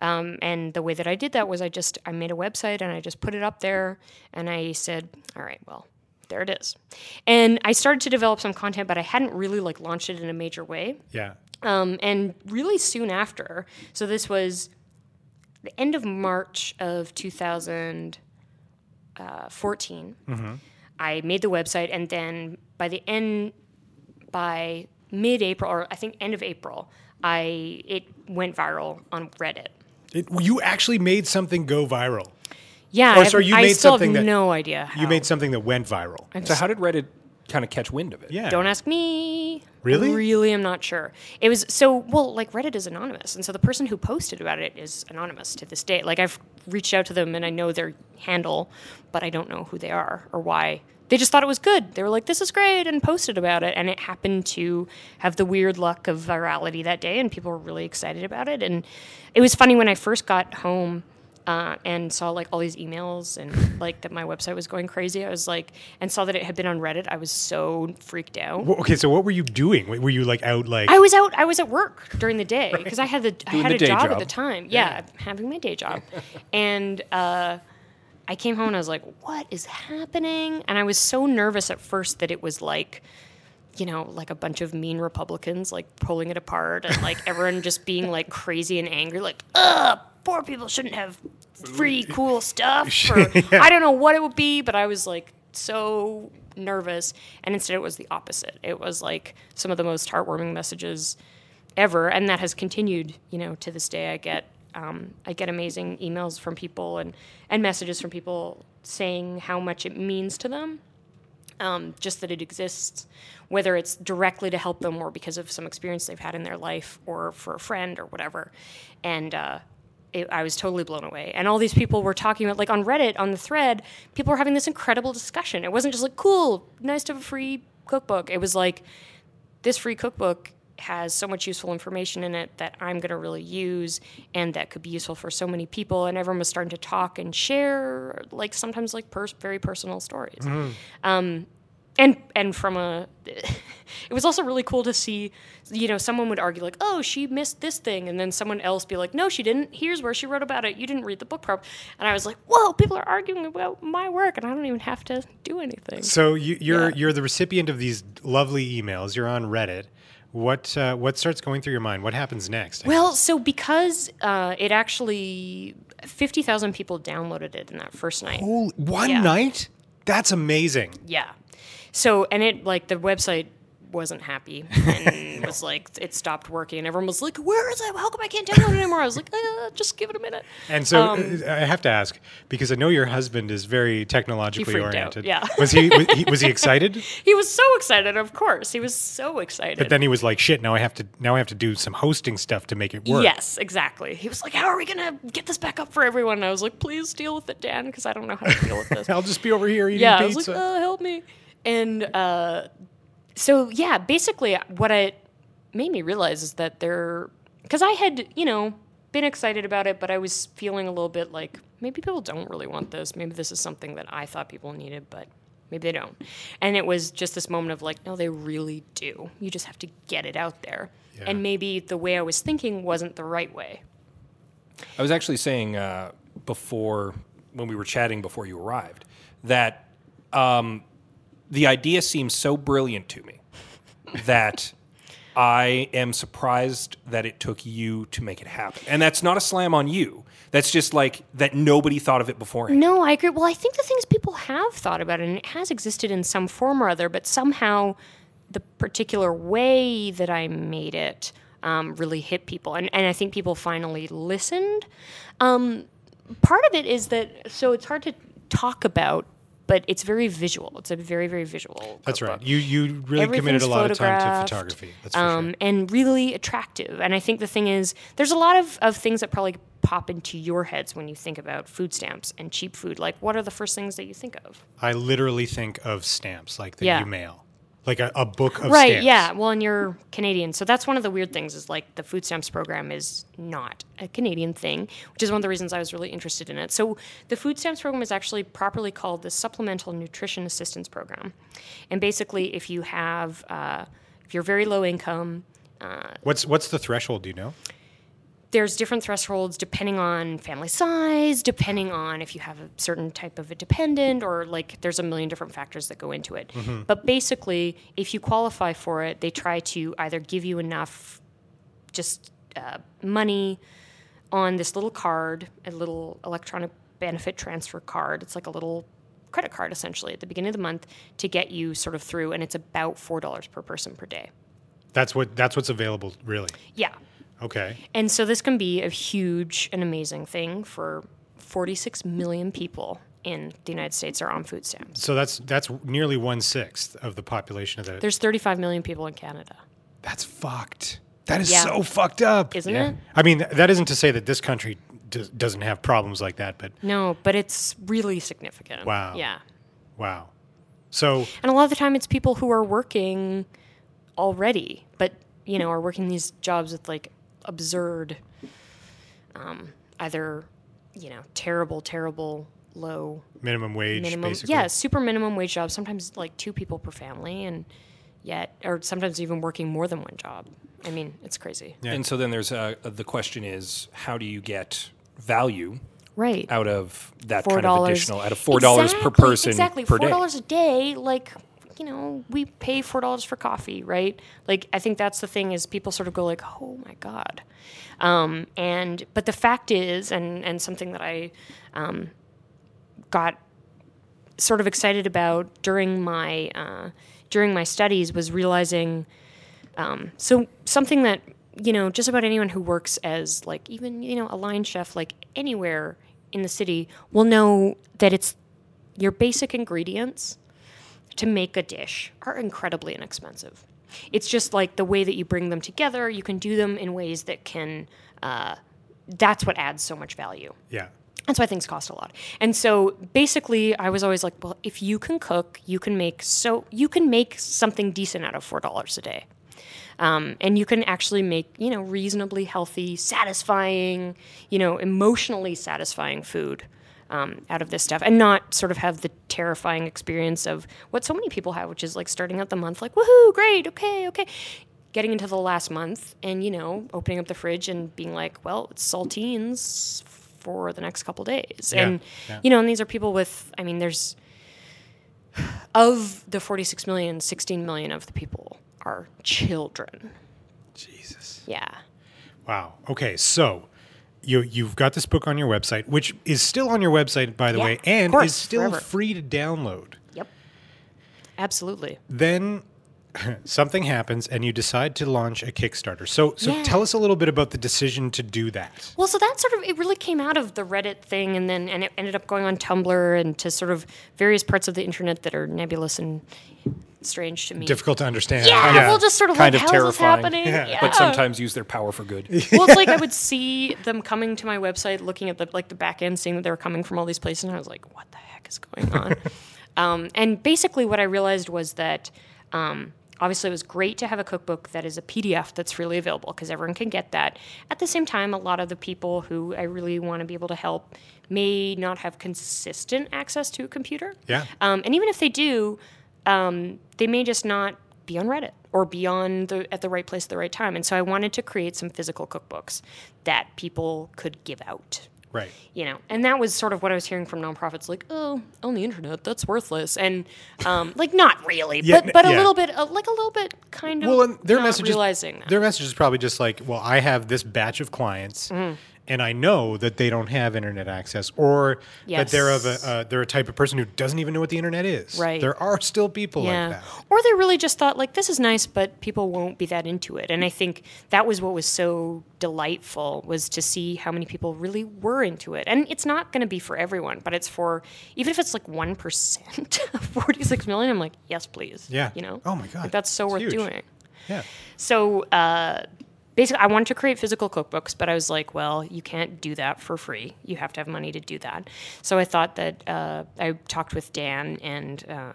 Speaker 3: Um, and the way that I did that was I just I made a website and I just put it up there and I said, all right, well, there it is. And I started to develop some content, but I hadn't really like launched it in a major way.
Speaker 1: yeah.
Speaker 3: Um, and really soon after, so this was the end of March of 2014. I made the website, and then by the end, by mid-April, or I think end of April, I it went viral on Reddit.
Speaker 1: It, you actually made something go viral.
Speaker 3: Yeah,
Speaker 1: Oh,
Speaker 3: I, have,
Speaker 1: sorry, you
Speaker 3: I
Speaker 1: made
Speaker 3: still have
Speaker 1: something that-
Speaker 3: no idea. How.
Speaker 1: You made something that went viral.
Speaker 2: So how did Reddit kind of catch wind of it?
Speaker 1: Yeah.
Speaker 3: Don't ask me.
Speaker 1: Really?
Speaker 3: I really am not sure. It was so well, like Reddit is anonymous, and so the person who posted about it is anonymous to this day. Like I've reached out to them and I know their handle, but I don't know who they are or why. They just thought it was good. They were like, "This is great," and posted about it, and it happened to have the weird luck of virality that day, and people were really excited about it. And it was funny when I first got home uh, and saw like all these emails and like that my website was going crazy. I was like, and saw that it had been on Reddit. I was so freaked out.
Speaker 1: Well, okay, so what were you doing? Were you like out like?
Speaker 3: I was out. I was at work during the day because I had the I
Speaker 2: Doing
Speaker 3: had
Speaker 2: the
Speaker 3: a
Speaker 2: day
Speaker 3: job,
Speaker 2: job.
Speaker 3: at the time. Yeah, having my day job, and uh, I came home and I was like, "What is happening?" And I was so nervous at first that it was like, you know, like a bunch of mean Republicans like pulling it apart and like everyone just being like crazy and angry, like, "Ugh, poor people shouldn't have free cool stuff." Or, I don't know what it would be, but I was like so nervous and instead it was the opposite it was like some of the most heartwarming messages ever, and that has continued. You know, to this day, I get um, I get amazing emails from people and and messages from people saying how much it means to them. Um, just that it exists, whether it's directly to help them or because of some experience they've had in their life or for a friend or whatever, and. Uh, it, I was totally blown away, and all these people were talking about, like on Reddit, on the thread, people were having this incredible discussion. It wasn't just like, "Cool, nice to have a free cookbook." It was like, this free cookbook has so much useful information in it that I'm going to really use and that could be useful for so many people. And everyone was starting to talk and share, like sometimes like pers- very personal stories. Um, and and from a, it was also really cool to see, you know, someone would argue like, oh, she missed this thing, and then someone else be like, no, she didn't. Here's where she wrote about it. You didn't read the book prop. And I was like, whoa, people are arguing about my work, and I don't even have to do anything.
Speaker 1: so you, you're
Speaker 3: Yeah.
Speaker 1: you're the recipient of these lovely emails. You're on Reddit. What uh, what starts going through your mind? What happens next?
Speaker 3: Well, so because uh, it actually fifty thousand people downloaded it in that first night.
Speaker 1: Holy, one
Speaker 3: yeah.
Speaker 1: night. That's amazing.
Speaker 3: Yeah. So and it like the website wasn't happy and was like, it stopped working. And everyone was like, where is it? How come I can't download it anymore? I was like, uh, just give it a minute.
Speaker 1: And so
Speaker 3: Um,
Speaker 1: uh, I have to ask because I know your husband is very technologically
Speaker 3: freaked out,
Speaker 1: oriented.
Speaker 3: yeah.
Speaker 1: was he was he, was he excited?
Speaker 3: He was so excited, of course. He was so excited.
Speaker 1: But then he was like, "Shit! Now I have to now I have to do some hosting stuff to make it work."
Speaker 3: Yes, exactly. He was like, "How are we gonna get this back up for everyone?" And I was like, "Please deal with it, Dan, because I don't know how to deal with this."
Speaker 1: I'll just be over here eating
Speaker 3: yeah, I was like,
Speaker 1: pizza.
Speaker 3: uh, "Help me!" And uh, so, yeah, basically, what it made me realize is that there, because I had, you know, been excited about it, but I was feeling a little bit like maybe people don't really want this. Maybe this is something that I thought people needed, but. Maybe they don't. And it was just this moment of like, no, they really do. You just have to get it out there. And maybe the way I was thinking wasn't the right way.
Speaker 2: I was actually saying uh, before when we were chatting before you arrived that um, the idea seems so brilliant to me that I am surprised that it took you to make it happen. And that's not a slam on you. That's just like that nobody thought of it beforehand.
Speaker 3: No, I agree. Well, I think the things people have thought about it, and it has existed in some form or other, but somehow the particular way that I made it um, really hit people. And, and I think people finally listened. Um, part of it is that, so it's hard to talk about, but it's very visual. It's a very, very visual.
Speaker 1: That's right. You you really committed
Speaker 3: Everything's
Speaker 1: a lot of time to
Speaker 3: photographed.
Speaker 1: photography. That's for
Speaker 3: um,
Speaker 1: sure.
Speaker 3: and really attractive. And I think the thing is, there's a lot of, of things that probably pop into your heads when you think about food stamps and cheap food. Like, what are the first things that you think of?
Speaker 1: I literally think of stamps like that
Speaker 3: Yeah.
Speaker 1: you mail, like a, a book of
Speaker 3: right,
Speaker 1: stamps.
Speaker 3: yeah. Well, and you're Canadian. So that's one of the weird things is like the food stamps program is not a Canadian thing, which is one of the reasons I was really interested in it. So the food stamps program is actually properly called the Supplemental Nutrition Assistance Program. And basically, if you have, uh, if you're very low income,
Speaker 1: What's what's the threshold? Do you know?
Speaker 3: there's different thresholds depending on family size, depending on if you have a certain type of a dependent, or like there's a million different factors that go into it. But basically, if you qualify for it, they try to either give you enough just uh, money on this little card, a little electronic benefit transfer card. It's like a little credit card essentially at the beginning of the month to get you sort of through, and it's about $4 per person per day.
Speaker 1: That's what that's what's available really.
Speaker 3: Yeah.
Speaker 1: Okay.
Speaker 3: And so this can be a huge and amazing thing for 46 million people in the United States are on food stamps.
Speaker 1: So that's that's nearly one sixth of the population of the.
Speaker 3: There's 35 million people in Canada.
Speaker 1: that's fucked. That is
Speaker 3: Yeah.
Speaker 1: so fucked up.
Speaker 3: Isn't it?
Speaker 1: I mean, th- that isn't to say that this country does, doesn't have problems like that, but
Speaker 3: No, but it's really significant.
Speaker 1: Wow.
Speaker 3: Yeah.
Speaker 1: wow. So
Speaker 3: And a lot of the time it's people who are working already, but you know, are working these jobs with like absurd um, either, you know, terrible, terrible low
Speaker 1: minimum wage,
Speaker 3: minimum
Speaker 1: basically.
Speaker 3: yeah super minimum wage jobs sometimes like two people per family and yet or sometimes even working more than one job i mean it's crazy
Speaker 1: Yeah.
Speaker 2: And so then there's uh, the question is how do you get value
Speaker 3: right
Speaker 2: out of that
Speaker 3: four
Speaker 2: kind of
Speaker 3: dollars
Speaker 2: additional out of four dollars per person
Speaker 3: exactly
Speaker 2: per
Speaker 3: four
Speaker 2: day?
Speaker 3: dollars a day like you know we pay four dollars for coffee right like i think that's the thing is people sort of go like oh my god um, and but the fact is and and something that i um, got sort of excited about during my uh, during my studies was realizing um, so something that you know just about anyone who works as like even you know a line chef like anywhere in the city will know that it's your basic ingredients to make a dish are incredibly inexpensive. It's just like the way that you bring them together. You can do them in ways that can. Uh, that's what adds so much value.
Speaker 1: Yeah.
Speaker 3: That's why things cost a lot. And so basically, I was always like, well, if you can cook, you can make so you can make something decent out of four dollars a day, um, and you can actually make you know reasonably healthy, satisfying, you know, emotionally satisfying food. Um, out of this stuff and not sort of have the terrifying experience of what so many people have, which is like starting out the month, like, woohoo, great, okay, okay getting into the last month and you know opening up the fridge and being like well it's saltines for the next couple days
Speaker 1: Yeah,
Speaker 3: and
Speaker 1: yeah.
Speaker 3: you know and these are people with i mean there's of the 46 million 16 million of the people are children
Speaker 1: Jesus.
Speaker 3: yeah
Speaker 1: Wow. Okay, so you you've got this book on your website, which is still on your website, by the
Speaker 3: Yeah,
Speaker 1: way,
Speaker 3: of
Speaker 1: and
Speaker 3: course,
Speaker 1: is still
Speaker 3: forever.
Speaker 1: free to download.
Speaker 3: yep absolutely
Speaker 1: Then something happens and you decide to launch a Kickstarter. So, so
Speaker 3: Yeah.
Speaker 1: tell us a little bit about the decision to do that.
Speaker 3: Well, so that sort of it really came out of the Reddit thing, and then and it ended up going on Tumblr and to sort of various parts of the internet that are nebulous and strange to me.
Speaker 1: Difficult to understand.
Speaker 3: yeah, we'll just sort of
Speaker 2: Kind
Speaker 3: like,
Speaker 2: of
Speaker 3: how is this
Speaker 2: terrifying.
Speaker 3: happening? Yeah.
Speaker 2: but sometimes use their power for good.
Speaker 3: well, it's like I would see them coming to my website, looking at the like the back end, seeing that they were coming from all these places, and I was like, "What the heck is going on?" um, and basically, what I realized was that um, obviously it was great to have a cookbook that is a PDF that's freely available because everyone can get that. At the same time, a lot of the people who I really want to be able to help may not have consistent access to a computer.
Speaker 1: Yeah.
Speaker 3: Um, and even if they do, um, they may just not be on Reddit or be on the at the right place at the right time. And so I wanted to create some physical cookbooks that people could give out.
Speaker 1: Right.
Speaker 3: You know, and that was sort of what I was hearing from nonprofits, like, oh, on the internet, that's worthless, and um, like not really,
Speaker 1: Yeah,
Speaker 3: but but a
Speaker 1: yeah.
Speaker 3: little bit, uh, like a little bit, kind of.
Speaker 1: Well, and their
Speaker 3: not
Speaker 1: message is
Speaker 3: realizing that.
Speaker 1: their message is probably just like, well, I have this batch of clients,
Speaker 3: Mm-hmm.
Speaker 1: and I know that they don't have internet access, or that they're of a
Speaker 3: Yes.
Speaker 1: uh, they're a type of person who doesn't even know what the internet is.
Speaker 3: Right.
Speaker 1: There are still people like that.
Speaker 3: Or they really just thought like this is nice, but people won't be that into it. And I think that was what was so delightful was to see how many people really were into it. And it's not going to be for everyone, but it's for even if it's like one percent of forty six million. I'm like, yes, please.
Speaker 1: Yeah.
Speaker 3: You know.
Speaker 1: Oh my God.
Speaker 3: Like, that's so
Speaker 1: It's
Speaker 3: worth
Speaker 1: huge.
Speaker 3: doing.
Speaker 1: Yeah.
Speaker 3: So uh, basically, I wanted to create physical cookbooks, but I was like, well, you can't do that for free. You have to have money to do that. So I thought that uh, I talked with Dan and uh,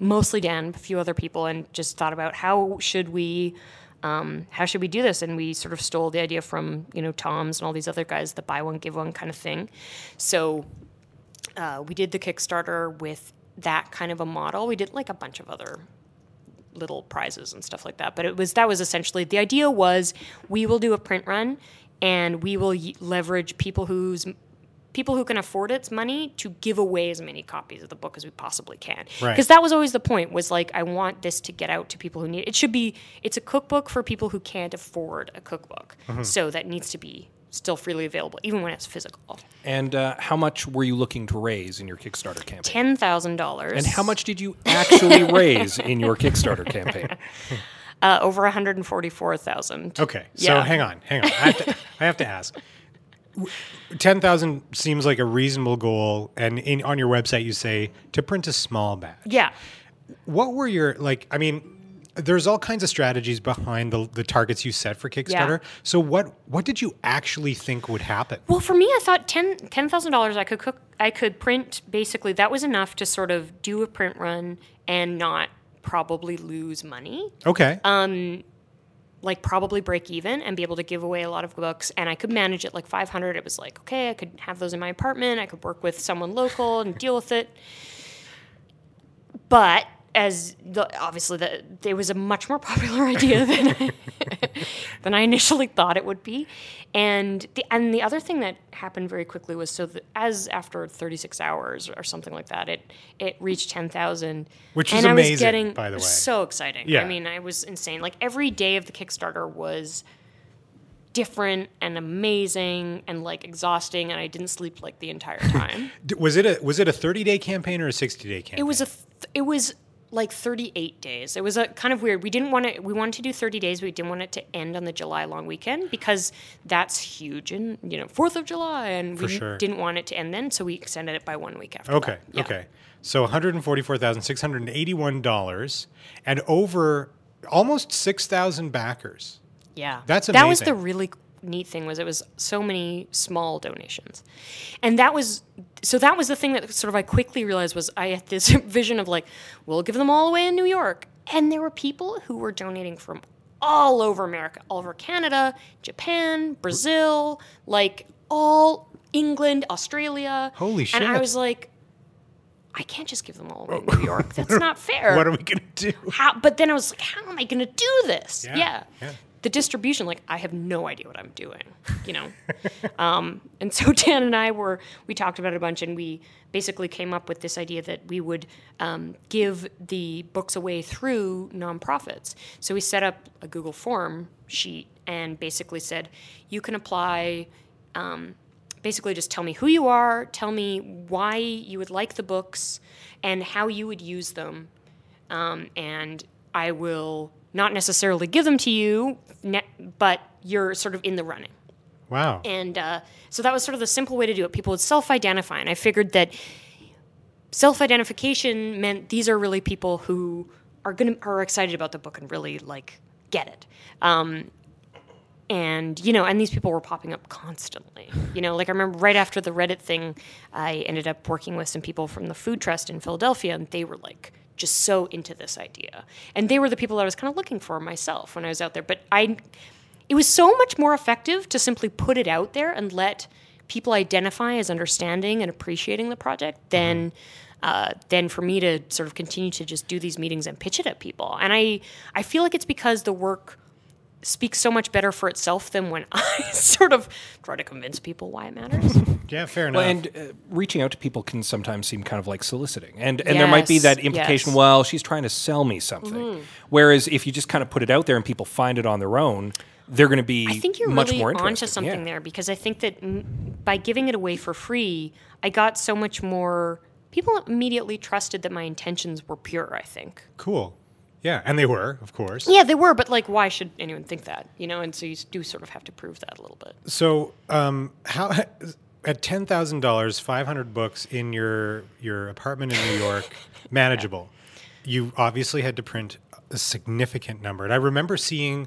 Speaker 3: mostly Dan, a few other people, and just thought about how should we. Um, how should we do this? And we sort of stole the idea from you know Tom's and all these other guys, the buy one give one kind of thing. So uh, we did the Kickstarter with that kind of a model. We did like a bunch of other little prizes and stuff like that. But it was that was essentially the idea was we will do a print run and we will y- leverage people who's people who can afford its money to give away as many copies of the book as we possibly can. Because
Speaker 1: Right.
Speaker 3: that was always the point was like I want this to get out to people who need it. It should be it's a cookbook for people who can't afford a cookbook.
Speaker 2: Mm-hmm.
Speaker 3: So that needs to be still freely available even when it's physical.
Speaker 2: And uh, how much were you looking to raise in your Kickstarter campaign?
Speaker 3: $10,000.
Speaker 2: And how much did you actually raise in your Kickstarter campaign?
Speaker 3: Uh, over 144,000.
Speaker 1: Okay. So
Speaker 3: Yeah.
Speaker 1: hang on, hang on. I have to, I have to ask. Ten thousand seems like a reasonable goal, and in, on your website you say to print a small batch.
Speaker 3: Yeah.
Speaker 1: What were your like? I mean, there's all kinds of strategies behind the, the targets you set for Kickstarter. So what what did you actually think would happen?
Speaker 3: Well, for me, I thought ten ten thousand dollars I could cook. I could print basically. That was enough to sort of do a print run and not probably lose money,
Speaker 1: Okay.
Speaker 3: Um, like probably break even and be able to give away a lot of books. And I could manage it like five hundred. It was like okay, I could have those in my apartment. I could work with someone local and deal with it. But as the, obviously, the, it was a much more popular idea than I than I initially thought it would be. And the and the other thing that happened very quickly was so that as after 36 hours or something like that, it it reached 10,000,
Speaker 1: Which
Speaker 3: and
Speaker 1: is
Speaker 3: I
Speaker 1: amazing,
Speaker 3: was getting
Speaker 1: by the way.
Speaker 3: so exciting.
Speaker 1: Yeah.
Speaker 3: I mean, I was insane. Like every day of the Kickstarter was different and amazing and like exhausting and I didn't sleep like the entire time.
Speaker 1: D- was it a was it a 30 day campaign or a 60 day campaign?
Speaker 3: It was a th- it was like 38 days. It was a kind of weird. We didn't want to we wanted to do 30 days, but we didn't want it to end on the July long weekend because that's huge and you know 4th of July and we
Speaker 1: sure.
Speaker 3: didn't want it to end then, so we extended it by one week after.
Speaker 1: okay.
Speaker 3: that. Yeah.
Speaker 1: Okay. So one hundred and forty four thousand six hundred and eighty one dollars, and over almost six thousand backers.
Speaker 3: Yeah.
Speaker 1: That's
Speaker 3: That was the
Speaker 1: amazing.
Speaker 3: really neat thing was it was so many small donations. And that was so that was the thing that sort of I quickly realized was I had this vision of like we'll give them all away in New York. And there were people who were donating from all over America, all over Canada, Japan, Brazil, like all England, Australia.
Speaker 1: Holy
Speaker 3: And I
Speaker 1: shit.
Speaker 3: was like I can't just give them all away in New York. That's not fair
Speaker 1: What are we gonna do?
Speaker 3: how but then i was like how am i going to do this
Speaker 1: Yeah,
Speaker 3: yeah,
Speaker 1: yeah.
Speaker 3: the distribution like i have no idea what i'm doing you know um, and so dan and i were we talked about it a bunch and we basically came up with this idea that we would um, give the books away through nonprofits so we set up a google form sheet and basically said you can apply um, basically just tell me who you are, tell me why you would like the books, and how you would use them, um, and I will not necessarily give them to you, ne- but you're sort of in the running.
Speaker 1: Wow.
Speaker 3: And uh, so that was sort of the simple way to do it. People would self identify. And I figured that self identification meant these are really people who are going to are excited about the book and really like get it. Um, and you know, and these people were popping up constantly. You know, like I remember right after the Reddit thing, I ended up working with some people from the Food Trust in Philadelphia, and they were like just so into this idea. And they were the people that I was kind of looking for myself when I was out there. But I, it was so much more effective to simply put it out there and let people identify as understanding and appreciating the project
Speaker 2: Mm-hmm.
Speaker 3: than uh, than for me to sort of continue to just do these meetings and pitch it at people. And I I feel like it's because the work speaks so much better for itself than when I sort of try to convince people why it matters.
Speaker 1: yeah, fair enough.
Speaker 2: Well, and uh, reaching out to people can sometimes seem kind of like soliciting, and and there might be
Speaker 3: Yes,
Speaker 2: that implication.
Speaker 3: yes. Mm-hmm.
Speaker 2: Well, she's trying to sell me something. Whereas if you just kind of put it out there and people find it on their own, they're going to be
Speaker 3: I think you're
Speaker 2: much
Speaker 3: really
Speaker 2: more
Speaker 3: onto
Speaker 2: interested.
Speaker 3: something
Speaker 2: yeah.
Speaker 3: there because I think that m- by giving it away for free, I got so much more. People immediately trusted that my intentions were pure. I think.
Speaker 1: cool. Yeah, and they were, of course.
Speaker 3: Yeah, they were, but like, why should anyone think that? You know, and so you do sort of have to prove that a little bit.
Speaker 1: So, um, how at ten thousand dollars, five hundred books in your your apartment in New York, manageable? You obviously had to print a significant number, and I remember seeing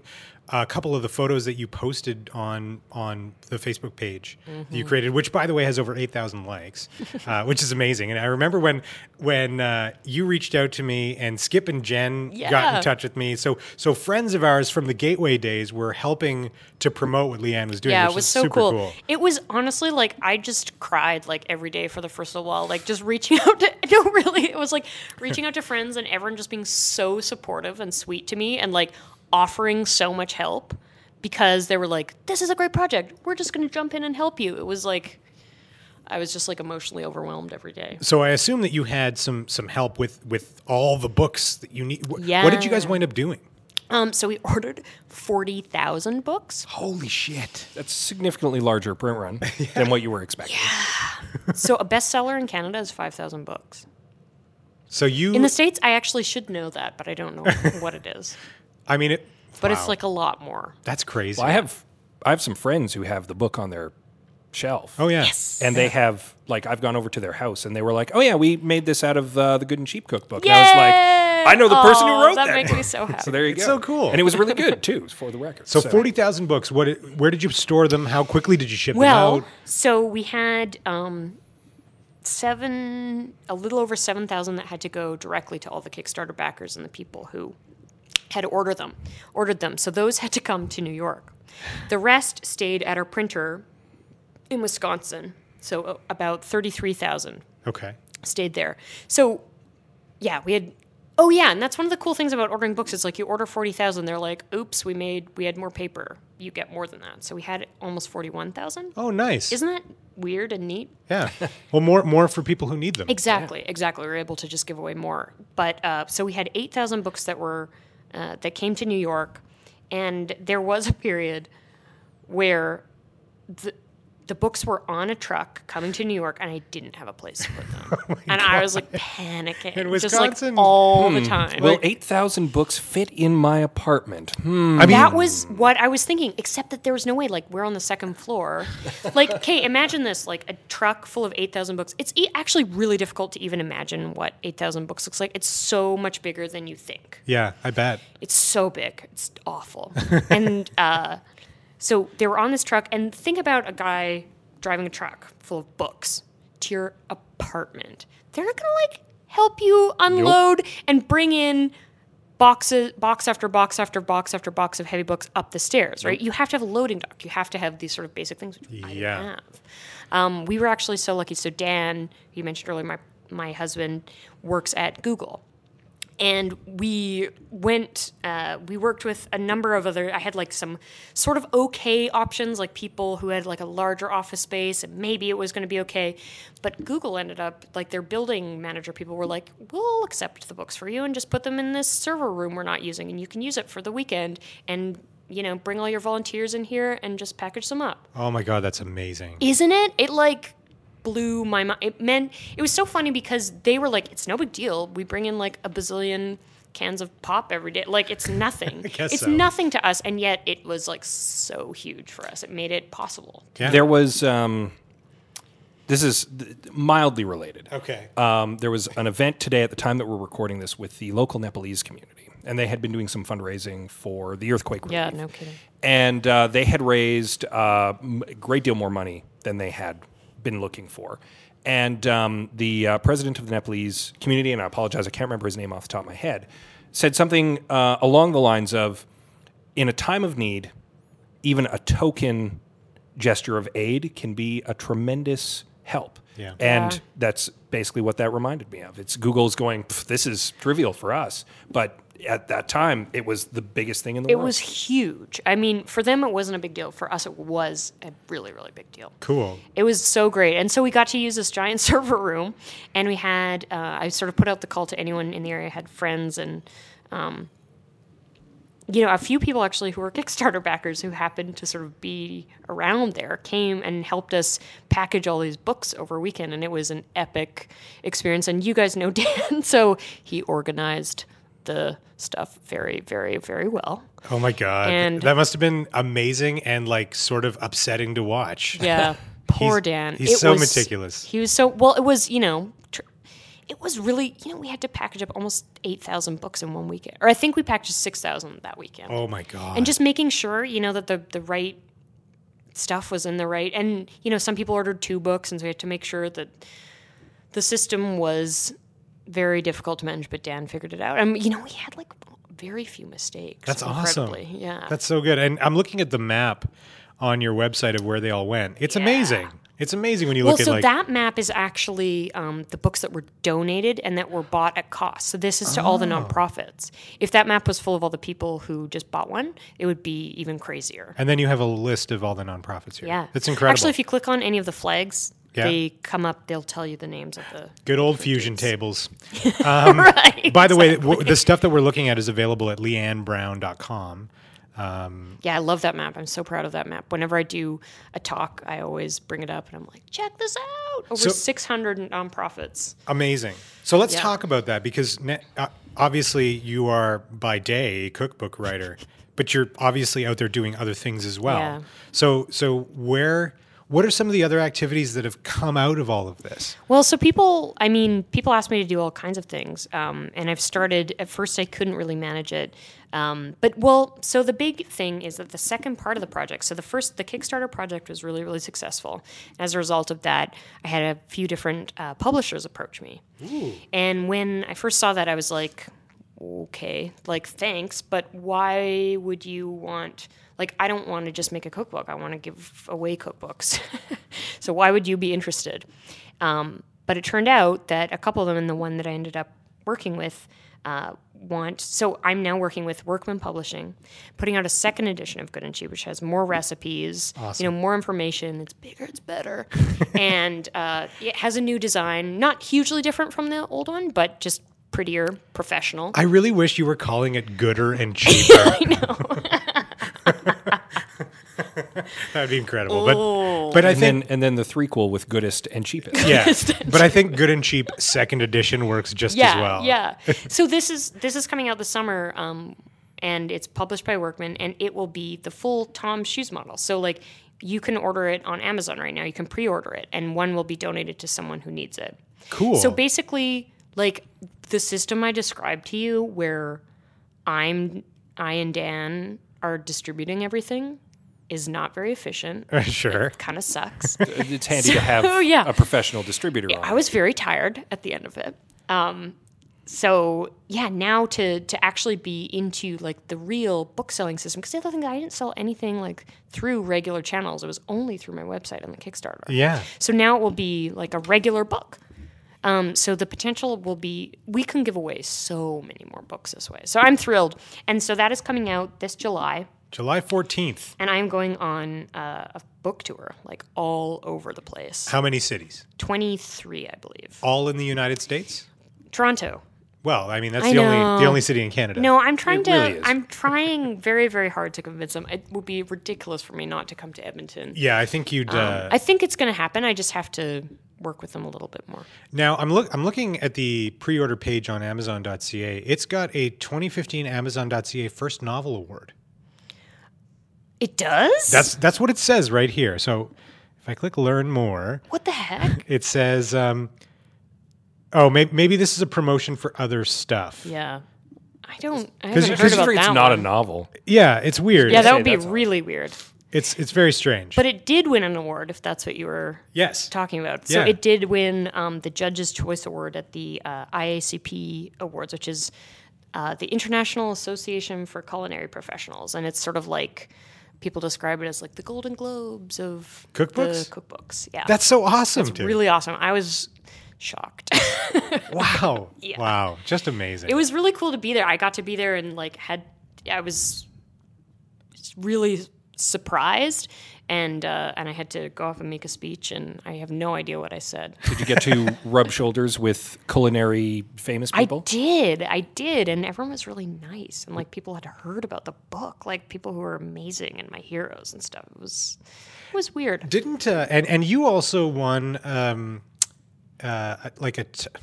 Speaker 1: a couple of the photos that you posted on on the Facebook page that you created, which by the way has over eight thousand likes, uh, which is amazing. And I remember when when uh, you reached out to me, and Skip and Jen got
Speaker 3: Yeah.
Speaker 1: in touch with me. So so friends of ours from the Gateway days were helping to promote what Leanne was doing.
Speaker 3: yeah,
Speaker 1: which
Speaker 3: it was
Speaker 1: is
Speaker 3: so
Speaker 1: super
Speaker 3: cool. It was honestly like I just cried like every day for the first little while, like just reaching out to no, really, it was like reaching out to friends and everyone just being so supportive and sweet to me and like offering so much help because they were like, "This is a great project. We're just going to jump in and help you." It was like I was just like emotionally overwhelmed every day.
Speaker 1: So I assume that you had some some help with with all the books that you need. Wh- What did you guys
Speaker 3: Yeah.
Speaker 1: wind up doing?
Speaker 3: Um, so we ordered forty thousand books.
Speaker 1: Holy shit!
Speaker 2: That's a significantly larger print run than what you were expecting.
Speaker 3: so a bestseller in Canada is five thousand books.
Speaker 1: So you,
Speaker 3: In the states, I actually should know that, but I don't know what it is.
Speaker 1: I mean, it,
Speaker 3: But
Speaker 1: wow,
Speaker 3: it's like a lot more.
Speaker 1: that's crazy.
Speaker 2: Well, I have I have some friends who have the book on their shelf.
Speaker 1: oh yeah,
Speaker 3: Yes.
Speaker 2: And they have like I've gone over to their house and they were like, "Oh yeah, we made this out of uh, the Good and Cheap cookbook." And I was like, "I know the person who
Speaker 3: Aw,
Speaker 2: wrote that."
Speaker 3: that makes
Speaker 2: book."
Speaker 3: me so happy.
Speaker 2: So there you
Speaker 1: It's
Speaker 2: go.
Speaker 1: so cool.
Speaker 2: and it was really good too, for the record.
Speaker 1: So forty thousand books. What? it- Where did you store them? How quickly did you ship
Speaker 3: well,
Speaker 1: them out?
Speaker 3: so we had um, seven, a little over 7,000 that had to go directly to all the Kickstarter backers and the people who had ordered them, ordered them. So those had to come to New York. The rest stayed at our printer in Wisconsin. So uh, about 33,000.
Speaker 1: Okay.
Speaker 3: stayed there. So, yeah, we had. Oh yeah, and that's one of the cool things about ordering books. It's like you order forty thousand, they're like, "Oops, we made we had more paper. You get more than that." So we had almost forty one thousand.
Speaker 1: Oh, nice.
Speaker 3: Isn't that weird and neat?
Speaker 1: yeah. Well, more more for people who need them.
Speaker 3: Exactly, exactly. We were able to just give away more, but uh, so we had eight thousand books that were uh, that came to New York, and there was a period where the the books were on a truck coming to New York, and I didn't have a place to put them, and I was like panicking,
Speaker 1: Oh In
Speaker 3: just like
Speaker 1: Wisconsin?
Speaker 3: all the time.
Speaker 2: Will eight thousand books fit in my apartment? Hmm.
Speaker 1: I mean,
Speaker 3: That was what I was thinking, except that there was no way. Like, we're on the second floor. Like, okay, imagine this like a truck full of 8,000 books. It's e- actually really difficult to even imagine what 8,000 books looks like. It's so much bigger than you think.
Speaker 1: yeah, I bet.
Speaker 3: It's so big. It's awful. and uh, so they were on this truck, and think about a guy driving a truck full of books to your apartment. They're not gonna like help you unload and bring in boxes, box after box after box after box of heavy books up the stairs, right? You have to have a loading dock. You have to have these sort of basic things. Which I
Speaker 1: Yeah.
Speaker 3: didn't have. Um, we were actually so lucky. So Dan, you mentioned earlier, my my husband works at Google and we went uh, we worked with a number of other i had like some sort of okay options like people who had like a larger office space and maybe it was going to be okay but google ended up like their building manager people were like we'll accept the books for you and just put them in this server room we're not using and you can use it for the weekend and you know bring all your volunteers in here and just package them up
Speaker 1: Oh my god, that's amazing.
Speaker 3: isn't it? It like blew my mind. It meant it was so funny because they were like, "It's no big deal. We bring in like a bazillion cans of pop every day. Like it's nothing.
Speaker 1: guess
Speaker 3: it's
Speaker 1: so.
Speaker 3: nothing to us, and yet it was like so huge for us. It made it possible.
Speaker 1: Yeah.
Speaker 2: There was um, this is th- mildly related.
Speaker 1: Okay.
Speaker 2: Um, there was an event today at the time that we're recording this with the local Nepalese community, and they had been doing some fundraising for the earthquake. Relief.
Speaker 3: Yeah, no kidding.
Speaker 2: and uh, they had raised uh, m- a great deal more money than they had been looking for. And um, the uh, president of the Nepalese community, and I apologize, I can't remember his name off the top of my head, said something uh, along the lines of In a time of need, even a token gesture of aid can be a tremendous help.
Speaker 1: Yeah.
Speaker 2: And
Speaker 3: Yeah.
Speaker 2: that's basically what that reminded me of. It's Google's going, "Pff, this is trivial for us. But at that time, it was the biggest thing in the
Speaker 3: It
Speaker 2: world.
Speaker 3: was huge. I mean, for them it wasn't a big deal. For us, it was a really, really big deal.
Speaker 1: cool.
Speaker 3: It was so great. And so we got to use this giant server room. And we had, uh, I sort of put out the call to anyone in the area, had friends and, um, you know, a few people actually who were Kickstarter backers who happened to sort of be around there came and helped us package all these books over weekend. And it was an epic experience. And you guys know Dan, so he organized the stuff very, very, very well.
Speaker 1: Oh my god.
Speaker 3: And-
Speaker 1: that must have been amazing and like sort of upsetting to watch.
Speaker 3: Yeah. Poor
Speaker 1: He's-
Speaker 3: Dan.
Speaker 1: he's so meticulous.
Speaker 3: He was so well. It was you know, tr- it was really you know we had to package up almost eight thousand books in one weekend, or I think we packaged six thousand that weekend,
Speaker 1: Oh my god.
Speaker 3: and just making sure you know that the the right stuff was in the right. And you know, some people ordered two books, and so we had to make sure that the system was very difficult to manage. But Dan figured it out, and you know, we had like very few mistakes.
Speaker 1: That's awesome.
Speaker 3: incredibly. Yeah.
Speaker 1: That's so good. And I'm looking at the map on your website of where they all went. It's amazing. It's amazing when you look
Speaker 3: well,
Speaker 1: at
Speaker 3: so
Speaker 1: like
Speaker 3: that map is actually um, the books that were donated and that were bought at cost. So this is to all the
Speaker 1: Ah.
Speaker 3: nonprofits. If that map was full of all the people who just bought one, it would be even crazier.
Speaker 1: and then you have a list of all the nonprofits here.
Speaker 3: Yeah,
Speaker 1: It's incredible.
Speaker 3: Actually, if you click on any of the flags,
Speaker 1: Yeah.
Speaker 3: they come up. They'll tell you the names of the.
Speaker 1: Good old fusion tables. Mm.
Speaker 3: right.
Speaker 1: By the way, w- the stuff that we're looking at is available at leannebrown.com.
Speaker 3: Yeah, I love that map. I'm so proud of that map. Whenever I do a talk, I always bring it up and I'm like, check this out. Over
Speaker 1: So-
Speaker 3: 600 nonprofits.
Speaker 1: Amazing. So let's
Speaker 3: Yeah.
Speaker 1: talk about that because ne- uh, obviously you are by day a cookbook writer, but you're obviously out there doing other things as well.
Speaker 3: Yeah.
Speaker 1: So so where what are some of the other activities that have come out of all of this?
Speaker 3: Well, so people, I mean, people ask me to do all kinds of things. Um, and I've started, at first, I couldn't really manage it. Um, but, well, so the big thing is that the second part of the project, so the first, the Kickstarter project was really, really successful. As a result of that, I had a few different uh, publishers approach me. And when I first saw that, I was like, okay, like, thanks, but why would you want, like, I don't want to just make a cookbook. I want to give away cookbooks. so why would you be interested? Um, but it turned out that a couple of them, and the one that I ended up working with, uh, want so I'm now working with Workman Publishing, putting out a second edition of Good and Cheap, which has more recipes, you know, more information. It's bigger, it's better, and uh, it has a new design, not hugely different from the old one, but just prettier, professional.
Speaker 1: I really wish you were calling it gooder and cheaper. I know. That'd be incredible.
Speaker 3: Oh.
Speaker 1: But but I
Speaker 2: and
Speaker 1: think
Speaker 2: then and then the threequel with goodest and cheapest.
Speaker 1: yeah. But I think good and cheap second edition works just as
Speaker 3: yeah,
Speaker 1: well.
Speaker 3: yeah. so this is this is coming out this summer, um, and it's published by Workman, and it will be the full Tom Shoes model. So like, you can order it on Amazon right now. You can pre-order it, and one will be donated to someone who needs it.
Speaker 1: Cool.
Speaker 3: So basically, like the system I described to you, where I'm I and Dan are distributing everything, is not very efficient.
Speaker 1: sure.
Speaker 3: kind of sucks.
Speaker 2: It's handy to have
Speaker 3: So, oh, yeah.
Speaker 2: a professional distributor on.
Speaker 3: I was very tired at the end of it. Um, so yeah, now to to actually be into like the real book selling system because the other thing I didn't sell anything like through regular channels. It was only through my website and the Kickstarter.
Speaker 1: Yeah.
Speaker 3: So now it will be like a regular book. Um, so the potential will be we can give away so many more books this way. So I'm thrilled, and so that is coming out this July,
Speaker 1: July 14th.
Speaker 3: and I'm going on uh, a book tour like all over the place.
Speaker 1: How many cities?
Speaker 3: Twenty three, I believe.
Speaker 1: All in the United States?
Speaker 3: Toronto,
Speaker 1: Well, I mean that's
Speaker 3: I
Speaker 1: the only the
Speaker 3: know.
Speaker 1: only city in Canada.
Speaker 3: No, I'm trying to.
Speaker 2: really is.
Speaker 3: I'm trying very, very hard to convince them. It would be ridiculous for me not to come to Edmonton. Um,
Speaker 1: Yeah, I think you'd. uh,
Speaker 3: I think it's going to happen. I just have to work with them a little bit more.
Speaker 1: Now I'm look I'm looking at the pre-order page on Amazon.ca. It's got a 2015 Amazon.ca First Novel Award.
Speaker 3: It does?
Speaker 1: That's that's what it says right here. So if I click learn more,
Speaker 3: what the heck?
Speaker 1: it says, um, oh, maybe, maybe this is a promotion for other stuff. Yeah,
Speaker 3: yeah. I don't I
Speaker 1: Because you-
Speaker 3: haven't heard about
Speaker 2: Considering
Speaker 3: that
Speaker 2: it's not
Speaker 3: one.
Speaker 2: a novel.
Speaker 1: it's weird.
Speaker 3: Yeah, that
Speaker 2: say
Speaker 3: would be
Speaker 2: that's all.
Speaker 3: really weird.
Speaker 1: it's it's very strange.
Speaker 3: But it did win an award, if that's what you were
Speaker 1: yes,
Speaker 3: talking about. So
Speaker 1: Yeah.
Speaker 3: it did win um, the Judges' Choice Award at the uh, IACP Awards, which is uh, the International Association for Culinary Professionals, and it's sort of like people describe it as like the Golden Globes of
Speaker 1: Cookbooks?
Speaker 3: The cookbooks, yeah,
Speaker 1: that's so awesome,
Speaker 3: It's
Speaker 1: dude.
Speaker 3: really awesome. I was shocked.
Speaker 1: wow, wow, just amazing.
Speaker 3: it was really cool to be there. I got to be there and like had I was really surprised. And uh, and I had to go off and make a speech, and I have no idea what I said.
Speaker 2: Did you get to rub shoulders with culinary famous people?
Speaker 3: I did. I did. And everyone was really nice. And like people had heard about the book, like people who were amazing and my heroes and stuff. It was it was weird.
Speaker 1: Didn't uh, and and you also won um, uh, like a. T- I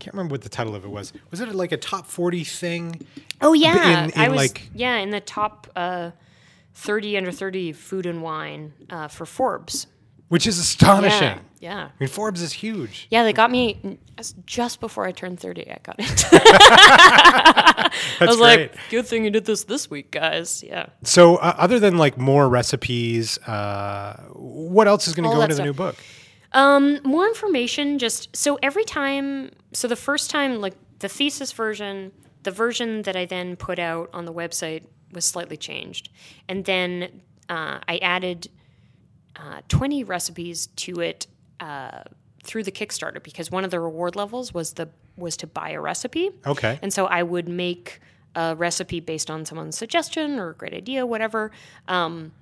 Speaker 1: can't remember what the title of it was. Was it like a top forty thing?
Speaker 3: Oh yeah.
Speaker 1: in-
Speaker 3: I
Speaker 1: in,
Speaker 3: was
Speaker 1: like-
Speaker 3: yeah, in the top uh 30 under 30 food and wine uh, for Forbes.
Speaker 1: Which is astonishing.
Speaker 3: Yeah. Yeah.
Speaker 1: I mean, Forbes is huge.
Speaker 3: Yeah, they got me just before I turned 30. I got it. I was
Speaker 1: great.
Speaker 3: like, good thing you did this this week, guys. Yeah.
Speaker 1: So, uh, other than like more recipes, uh, what else is going to
Speaker 3: All
Speaker 1: go
Speaker 3: that
Speaker 1: into the
Speaker 3: stuff.
Speaker 1: new book?
Speaker 3: Um, more information. Just so every time, so the first time, like the thesis version, the version that I then put out on the website was slightly changed, and then uh, I added uh, twenty recipes to it uh, through the Kickstarter because one of the reward levels was the was to buy a recipe.
Speaker 1: Okay.
Speaker 3: And so I would make a recipe based on someone's suggestion or a great idea, whatever. Um,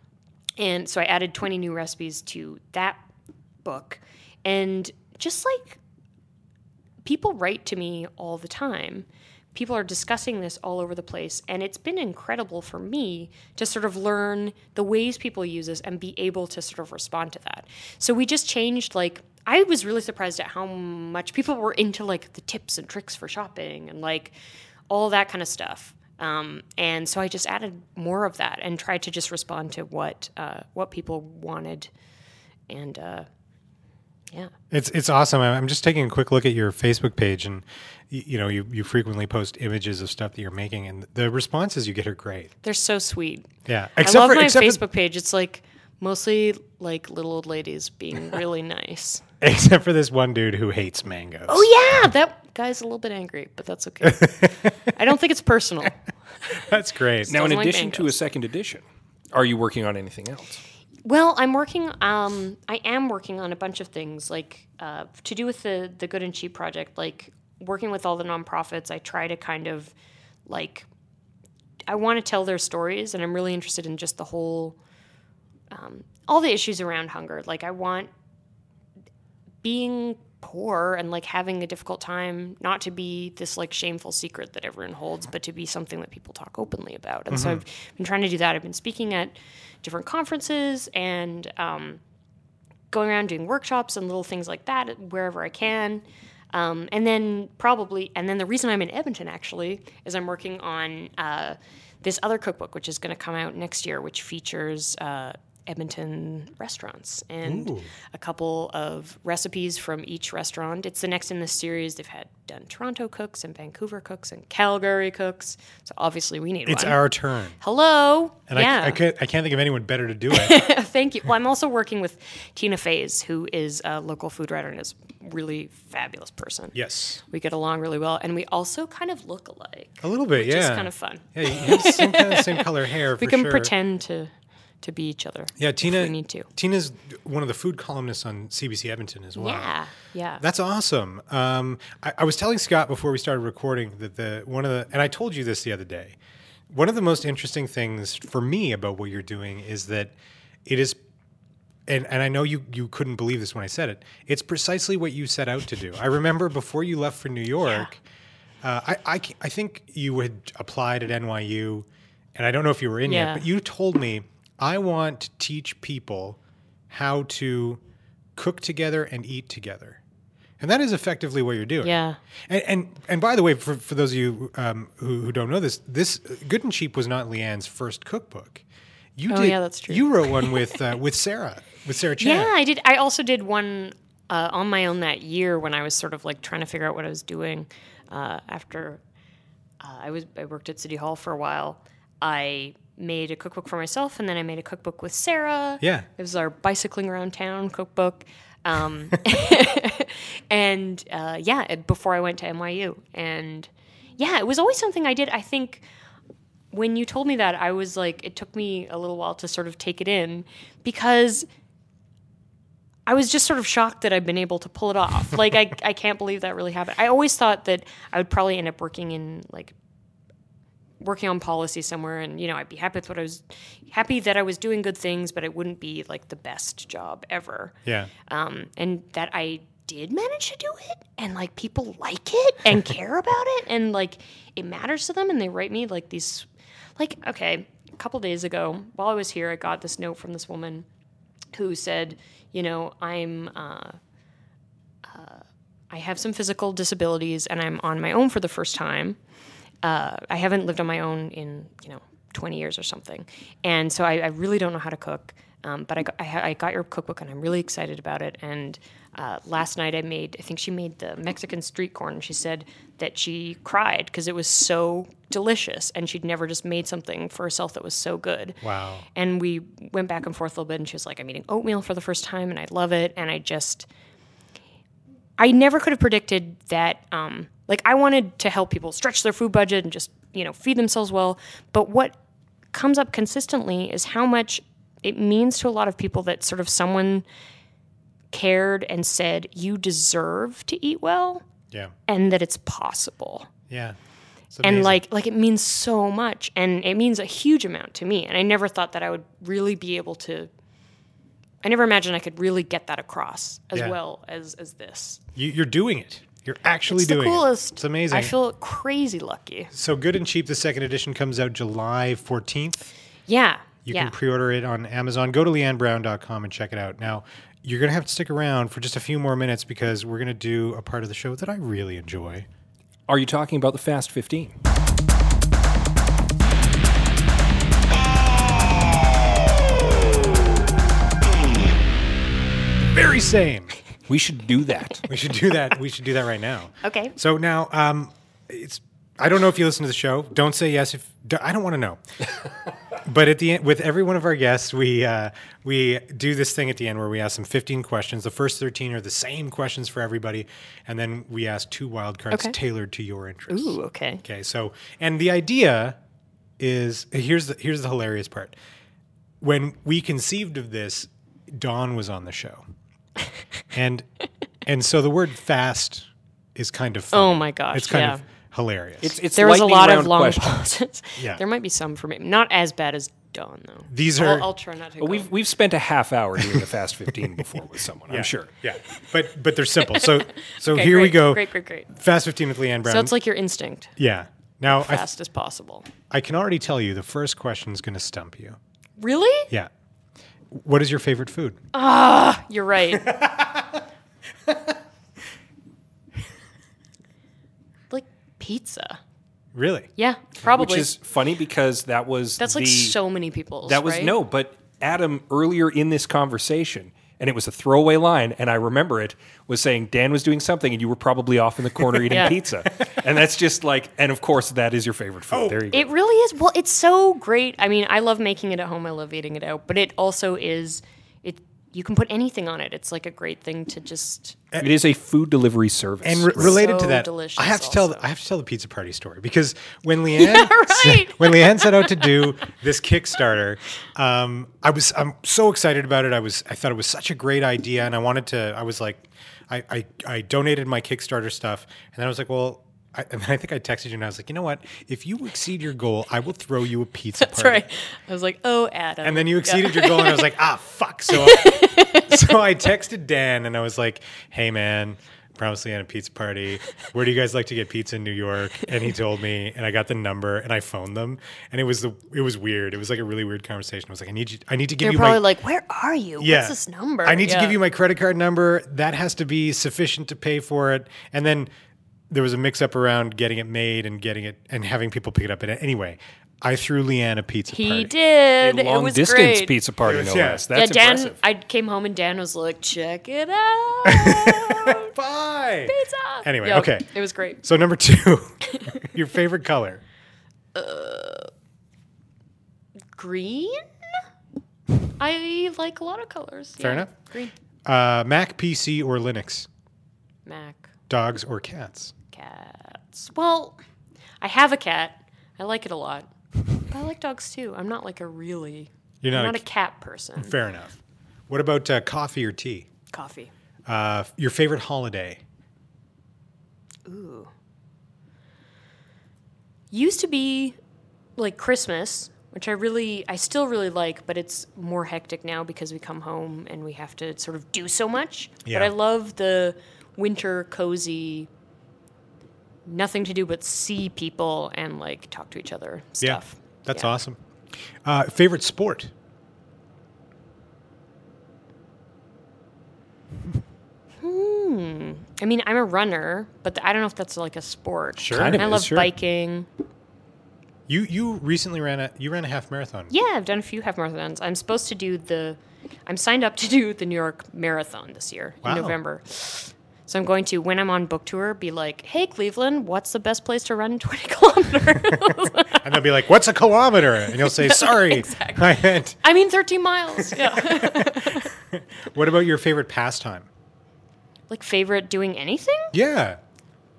Speaker 3: and so I added 20 new recipes to that book. And just like people write to me all the time, people are discussing this all over the place. And it's been incredible for me to sort of learn the ways people use this and be able to sort of respond to that. So we just changed, like, I was really surprised at how much people were into like the tips and tricks for shopping and like all that kind of stuff. Um, and so I just added more of that and tried to just respond to what uh, what people wanted, and uh, yeah,
Speaker 1: It's it's awesome. I'm I'm just taking a quick look at your Facebook page, and y- you know you, you frequently post images of stuff that you're making, and the responses you get are great.
Speaker 3: they're so sweet.
Speaker 1: Yeah,
Speaker 3: I love my
Speaker 1: except
Speaker 3: Facebook page. It's like mostly like little old ladies being really nice.
Speaker 1: For, except for this one dude who hates mangoes.
Speaker 3: Oh yeah, that guy's a little bit angry, but that's okay. I don't think it's personal.
Speaker 1: that's great.
Speaker 2: Now, in
Speaker 3: Doesn't like
Speaker 2: addition to a
Speaker 3: mangoes.
Speaker 2: second edition, are you working on anything else?
Speaker 3: Well, I'm working. Um, I am working on a bunch of things, like uh, to do with the the Good and Cheap project. Like working with all the nonprofits, I try to kind of like I want to tell their stories, and I'm really interested in just the whole um, all the issues around hunger. Like I want being poor and like having a difficult time not to be this like shameful secret that everyone holds but to be something that people talk openly about and so i've been trying to do that i've been speaking at different conferences and um, going around doing workshops and little things like that wherever i can um, and then probably and then the reason i'm in edmonton actually is i'm working on uh, this other cookbook which is going to come out next year which features uh, edmonton restaurants and a couple of recipes from each restaurant. It's the next in the series. They've had done Toronto cooks and Vancouver cooks and Calgary cooks. So obviously we need
Speaker 1: It's
Speaker 3: one.
Speaker 1: our turn,
Speaker 3: Hello.
Speaker 1: and
Speaker 3: yeah.
Speaker 1: I, I, can't, I can't think of anyone better to do it.
Speaker 3: Thank you. Well, I'm also working with Tina Fays, who is a local food writer and is a really fabulous person.
Speaker 1: yes,
Speaker 3: We get along really well, and we also kind of look alike,
Speaker 1: a little bit.
Speaker 3: which
Speaker 1: Oh, yeah,
Speaker 3: is kind of fun.
Speaker 1: Yeah, you have same kind of same color hair.
Speaker 3: We
Speaker 1: for
Speaker 3: can
Speaker 1: sure.
Speaker 3: pretend to to be each other.
Speaker 1: Yeah, Tina.
Speaker 3: we need to.
Speaker 1: Tina's one of the food columnists on CBC Edmonton as well.
Speaker 3: Yeah. Yeah.
Speaker 1: That's awesome. Um, I, I was telling Scott before we started recording that the one of the and I told you this the other day. One of the most interesting things for me about what you're doing is that it is, and, and I know you you couldn't believe this when I said it. It's precisely what you set out to do. I remember before you left for New York, uh, I, I ca- I think you had applied at NYU, and I don't know if you were in
Speaker 3: Yeah.
Speaker 1: yet, but you told me I want to teach people how to cook together and eat together. And that is effectively what you're doing.
Speaker 3: Yeah.
Speaker 1: And and, and by the way, for, for those of you um, who, who don't know this, this Good and Cheap was not Leanne's first cookbook. You
Speaker 3: Oh,
Speaker 1: did,
Speaker 3: yeah, that's true.
Speaker 1: You wrote one with uh, with Sarah, with Sarah Chan.
Speaker 3: Yeah, I did. I also did one uh, on my own that year when I was sort of like trying to figure out what I was doing uh, after uh, I was I worked at City Hall for a while. I made a cookbook for myself, and then I made a cookbook with Sarah.
Speaker 1: Yeah.
Speaker 3: it was our bicycling around town cookbook. Um, and uh, yeah, it- before I went to NYU, and yeah, it was always something I did. I think when you told me that, I was like, it took me a little while to sort of take it in because I was just sort of shocked that I've been able to pull it off. like, I, I can't believe that really happened. I always thought that I would probably end up working in like working on policy somewhere and you know I'd be happy with what I was happy that I was doing good things but it wouldn't be like the best job ever
Speaker 1: Yeah.
Speaker 3: um, and that I did manage to do it, and like people like it and care about it, and like it matters to them, and they write me like these, like okay, a couple days ago while I was here, I got this note from this woman who said, you know, I'm. Uh, I have some physical disabilities and I'm on my own for the first time. Uh, I haven't lived on my own in, you know, 20 years or something. And so I, I really don't know how to cook. Um, but I got, I, ha- I got your cookbook and I'm really excited about it. And uh, last night I made, I think she made the Mexican street corn. She said that she cried because it was so delicious and she'd never just made something for herself that was so good.
Speaker 1: Wow.
Speaker 3: And we went back and forth a little bit, and she was like, I'm eating oatmeal for the first time, and I love it. And I just, I never could have predicted that. Um, like, I wanted to help people stretch their food budget and just, you know, feed themselves well. But what comes up consistently is how much it means to a lot of people that sort of someone cared and said, you deserve to eat well,
Speaker 1: Yeah.
Speaker 3: and that it's possible
Speaker 1: Yeah. It's
Speaker 3: and
Speaker 1: amazing.
Speaker 3: like like it means so much and it means a huge amount to me and i never thought that i would really be able to i never imagined i could really get that across as
Speaker 1: Yeah.
Speaker 3: well as as this
Speaker 1: you, you're doing it. You're actually
Speaker 3: it's the
Speaker 1: doing
Speaker 3: coolest
Speaker 1: it. It's amazing.
Speaker 3: i feel crazy lucky
Speaker 1: so good and cheap. The second edition comes out July 14th.
Speaker 3: yeah
Speaker 1: You
Speaker 3: yeah
Speaker 1: can pre-order it on Amazon. Go to leannebrown.com and check it out. Now, you're going to have to stick around for just a few more minutes because we're going to do a part of the show that I really enjoy.
Speaker 2: Are you talking about the Fast 15?
Speaker 1: Very same.
Speaker 2: We should do that.
Speaker 1: We should do that. we should do that right now.
Speaker 3: Okay.
Speaker 1: So now, um, it's I don't know if you listen to the show. Don't say yes if d- I don't want to know. but at the end, with every one of our guests, we uh, we do this thing at the end where we ask them 15 questions. The first 13 are the same questions for everybody, and then we ask two wild cards
Speaker 3: Okay.
Speaker 1: tailored to your interests.
Speaker 3: ooh okay
Speaker 1: Okay, so and the idea is here's the here's the hilarious part. When we conceived of this, Dawn was on the show, and and so the word fast is kind of
Speaker 3: Oh
Speaker 1: funny.
Speaker 3: my gosh,
Speaker 1: it's kind
Speaker 3: yeah.
Speaker 1: of hilarious.
Speaker 2: It's, it's
Speaker 3: there was a
Speaker 2: lightning
Speaker 3: lot of
Speaker 2: round
Speaker 3: long
Speaker 2: questions.
Speaker 3: pauses
Speaker 1: Yeah.
Speaker 3: there might be some for me not as bad as dawn though
Speaker 1: These are
Speaker 3: I'll, I'll try not to
Speaker 2: But
Speaker 3: go.
Speaker 2: we've we've spent a half hour doing the Fast 15 before with someone.
Speaker 1: yeah,
Speaker 2: I'm sure.
Speaker 1: yeah, but but they're simple. So so
Speaker 3: Okay,
Speaker 1: here we
Speaker 3: great,
Speaker 1: go. Um,
Speaker 3: great great great
Speaker 1: Fast fifteen with Leanne Brown.
Speaker 3: so it's like your instinct
Speaker 1: yeah. Now I,
Speaker 3: fast as possible
Speaker 1: I can already tell you the first question is going to stump you.
Speaker 3: really
Speaker 1: Yeah. What is your favorite food?
Speaker 3: Oh. You're right. like pizza.
Speaker 1: Really?
Speaker 3: Yeah, probably.
Speaker 2: Which is funny because that was
Speaker 3: That's like
Speaker 2: the-
Speaker 3: so many people's.
Speaker 2: that was
Speaker 3: right?
Speaker 2: no, but Adam earlier in this conversation, and it was a throwaway line, and I remember it was saying Dan was doing something, and you were probably off in the corner eating
Speaker 3: Yeah.
Speaker 2: pizza, and that's just like, and of course that is your favorite food. there you go.
Speaker 3: It really is. Well, it's so great. I mean, I love making it at home. I love eating it out, but it also is. It you can put anything on it. It's like a great thing to just.
Speaker 2: it is a food delivery service.
Speaker 1: And re- related to
Speaker 3: So
Speaker 1: that,
Speaker 3: delicious
Speaker 1: I have to tell
Speaker 3: also.
Speaker 1: I have to tell the pizza party story because when Leanne
Speaker 3: right.
Speaker 1: when Leanne set out to do this Kickstarter, um, I was I'm so excited about it. I was I thought it was such a great idea, and I wanted to. I was like, I I, I donated my Kickstarter stuff, and then I was like, well. I, and then I think I texted you and I was like, you know what? If you exceed your goal, I will throw you a pizza
Speaker 3: That's
Speaker 1: party.
Speaker 3: right. I was like, oh, Adam.
Speaker 1: And then you
Speaker 3: Yeah.
Speaker 1: exceeded your goal, and I was like, ah, fuck. So, I, so I texted Dan, and I was like, hey, man, promised Leanne a pizza party. Where do you guys like to get pizza in New York? And he told me, and I got the number, and I phoned them, and it was the it was weird. It was like a really weird conversation. I was like, I need you, I need to give
Speaker 4: They're
Speaker 1: you
Speaker 4: probably
Speaker 1: my
Speaker 4: like, where are you?
Speaker 1: yeah.
Speaker 4: What's this number?
Speaker 1: I need
Speaker 4: Yeah.
Speaker 1: to give you my credit card number. That has to be sufficient to pay for it. And then there was a mix up around getting it made and getting it and having people pick it up. And anyway, I threw Leanne a pizza
Speaker 4: He
Speaker 1: party.
Speaker 4: did.
Speaker 2: A long
Speaker 4: it was
Speaker 2: distance
Speaker 4: great.
Speaker 2: pizza party,
Speaker 1: Yes,
Speaker 2: no
Speaker 1: yeah.
Speaker 2: less. That's
Speaker 4: yeah, Dan.
Speaker 2: impressive.
Speaker 4: I came home and Dan was like, check it out.
Speaker 1: Bye.
Speaker 4: pizza.
Speaker 1: Anyway,
Speaker 4: Yeah,
Speaker 1: okay.
Speaker 4: It was great.
Speaker 1: So number two, your favorite color.
Speaker 4: Green.
Speaker 3: I like a lot of colors.
Speaker 1: Fair
Speaker 3: Yeah.
Speaker 1: enough.
Speaker 3: Green.
Speaker 1: Uh, Mac, PC, or Linux?
Speaker 3: Mac.
Speaker 1: Dogs or cats?
Speaker 3: Cats. Well, I have a cat. I like it a lot. But I like dogs too. I'm not like a really.
Speaker 1: You're
Speaker 3: I'm
Speaker 1: not a
Speaker 3: not a cat person.
Speaker 1: Fair enough. What about uh, coffee or tea?
Speaker 3: Coffee.
Speaker 1: Uh, f- your favorite holiday?
Speaker 3: Ooh. Used to be like Christmas, which I really, I still really like, but it's more hectic now because we come home and we have to sort of do so much.
Speaker 1: Yeah.
Speaker 3: But I love the winter cozy, nothing to do but see people and like talk to each other stuff.
Speaker 1: Yeah, that's
Speaker 3: Yeah.
Speaker 1: awesome. Uh, favorite sport?
Speaker 3: Hmm. I mean, I'm a runner, but I don't know if that's like a sport.
Speaker 1: Sure.
Speaker 2: Kind of
Speaker 3: I
Speaker 2: is,
Speaker 3: love
Speaker 2: sure.
Speaker 3: biking.
Speaker 1: You you recently ran a you ran a half marathon.
Speaker 3: Yeah, I've done a few half marathons. I'm supposed to do the, I'm signed up to do the New York Marathon this year
Speaker 1: Wow.
Speaker 3: in November. So I'm going to, when I'm on book tour, be like, hey, Cleveland, what's the best place to run 20 kilometers?
Speaker 1: And they'll be like, "What's a kilometer?" And you'll say, "Sorry." I meant-
Speaker 3: I mean, 13 miles. Yeah.
Speaker 1: what about your favorite pastime?
Speaker 3: like, favorite doing anything?
Speaker 1: Yeah.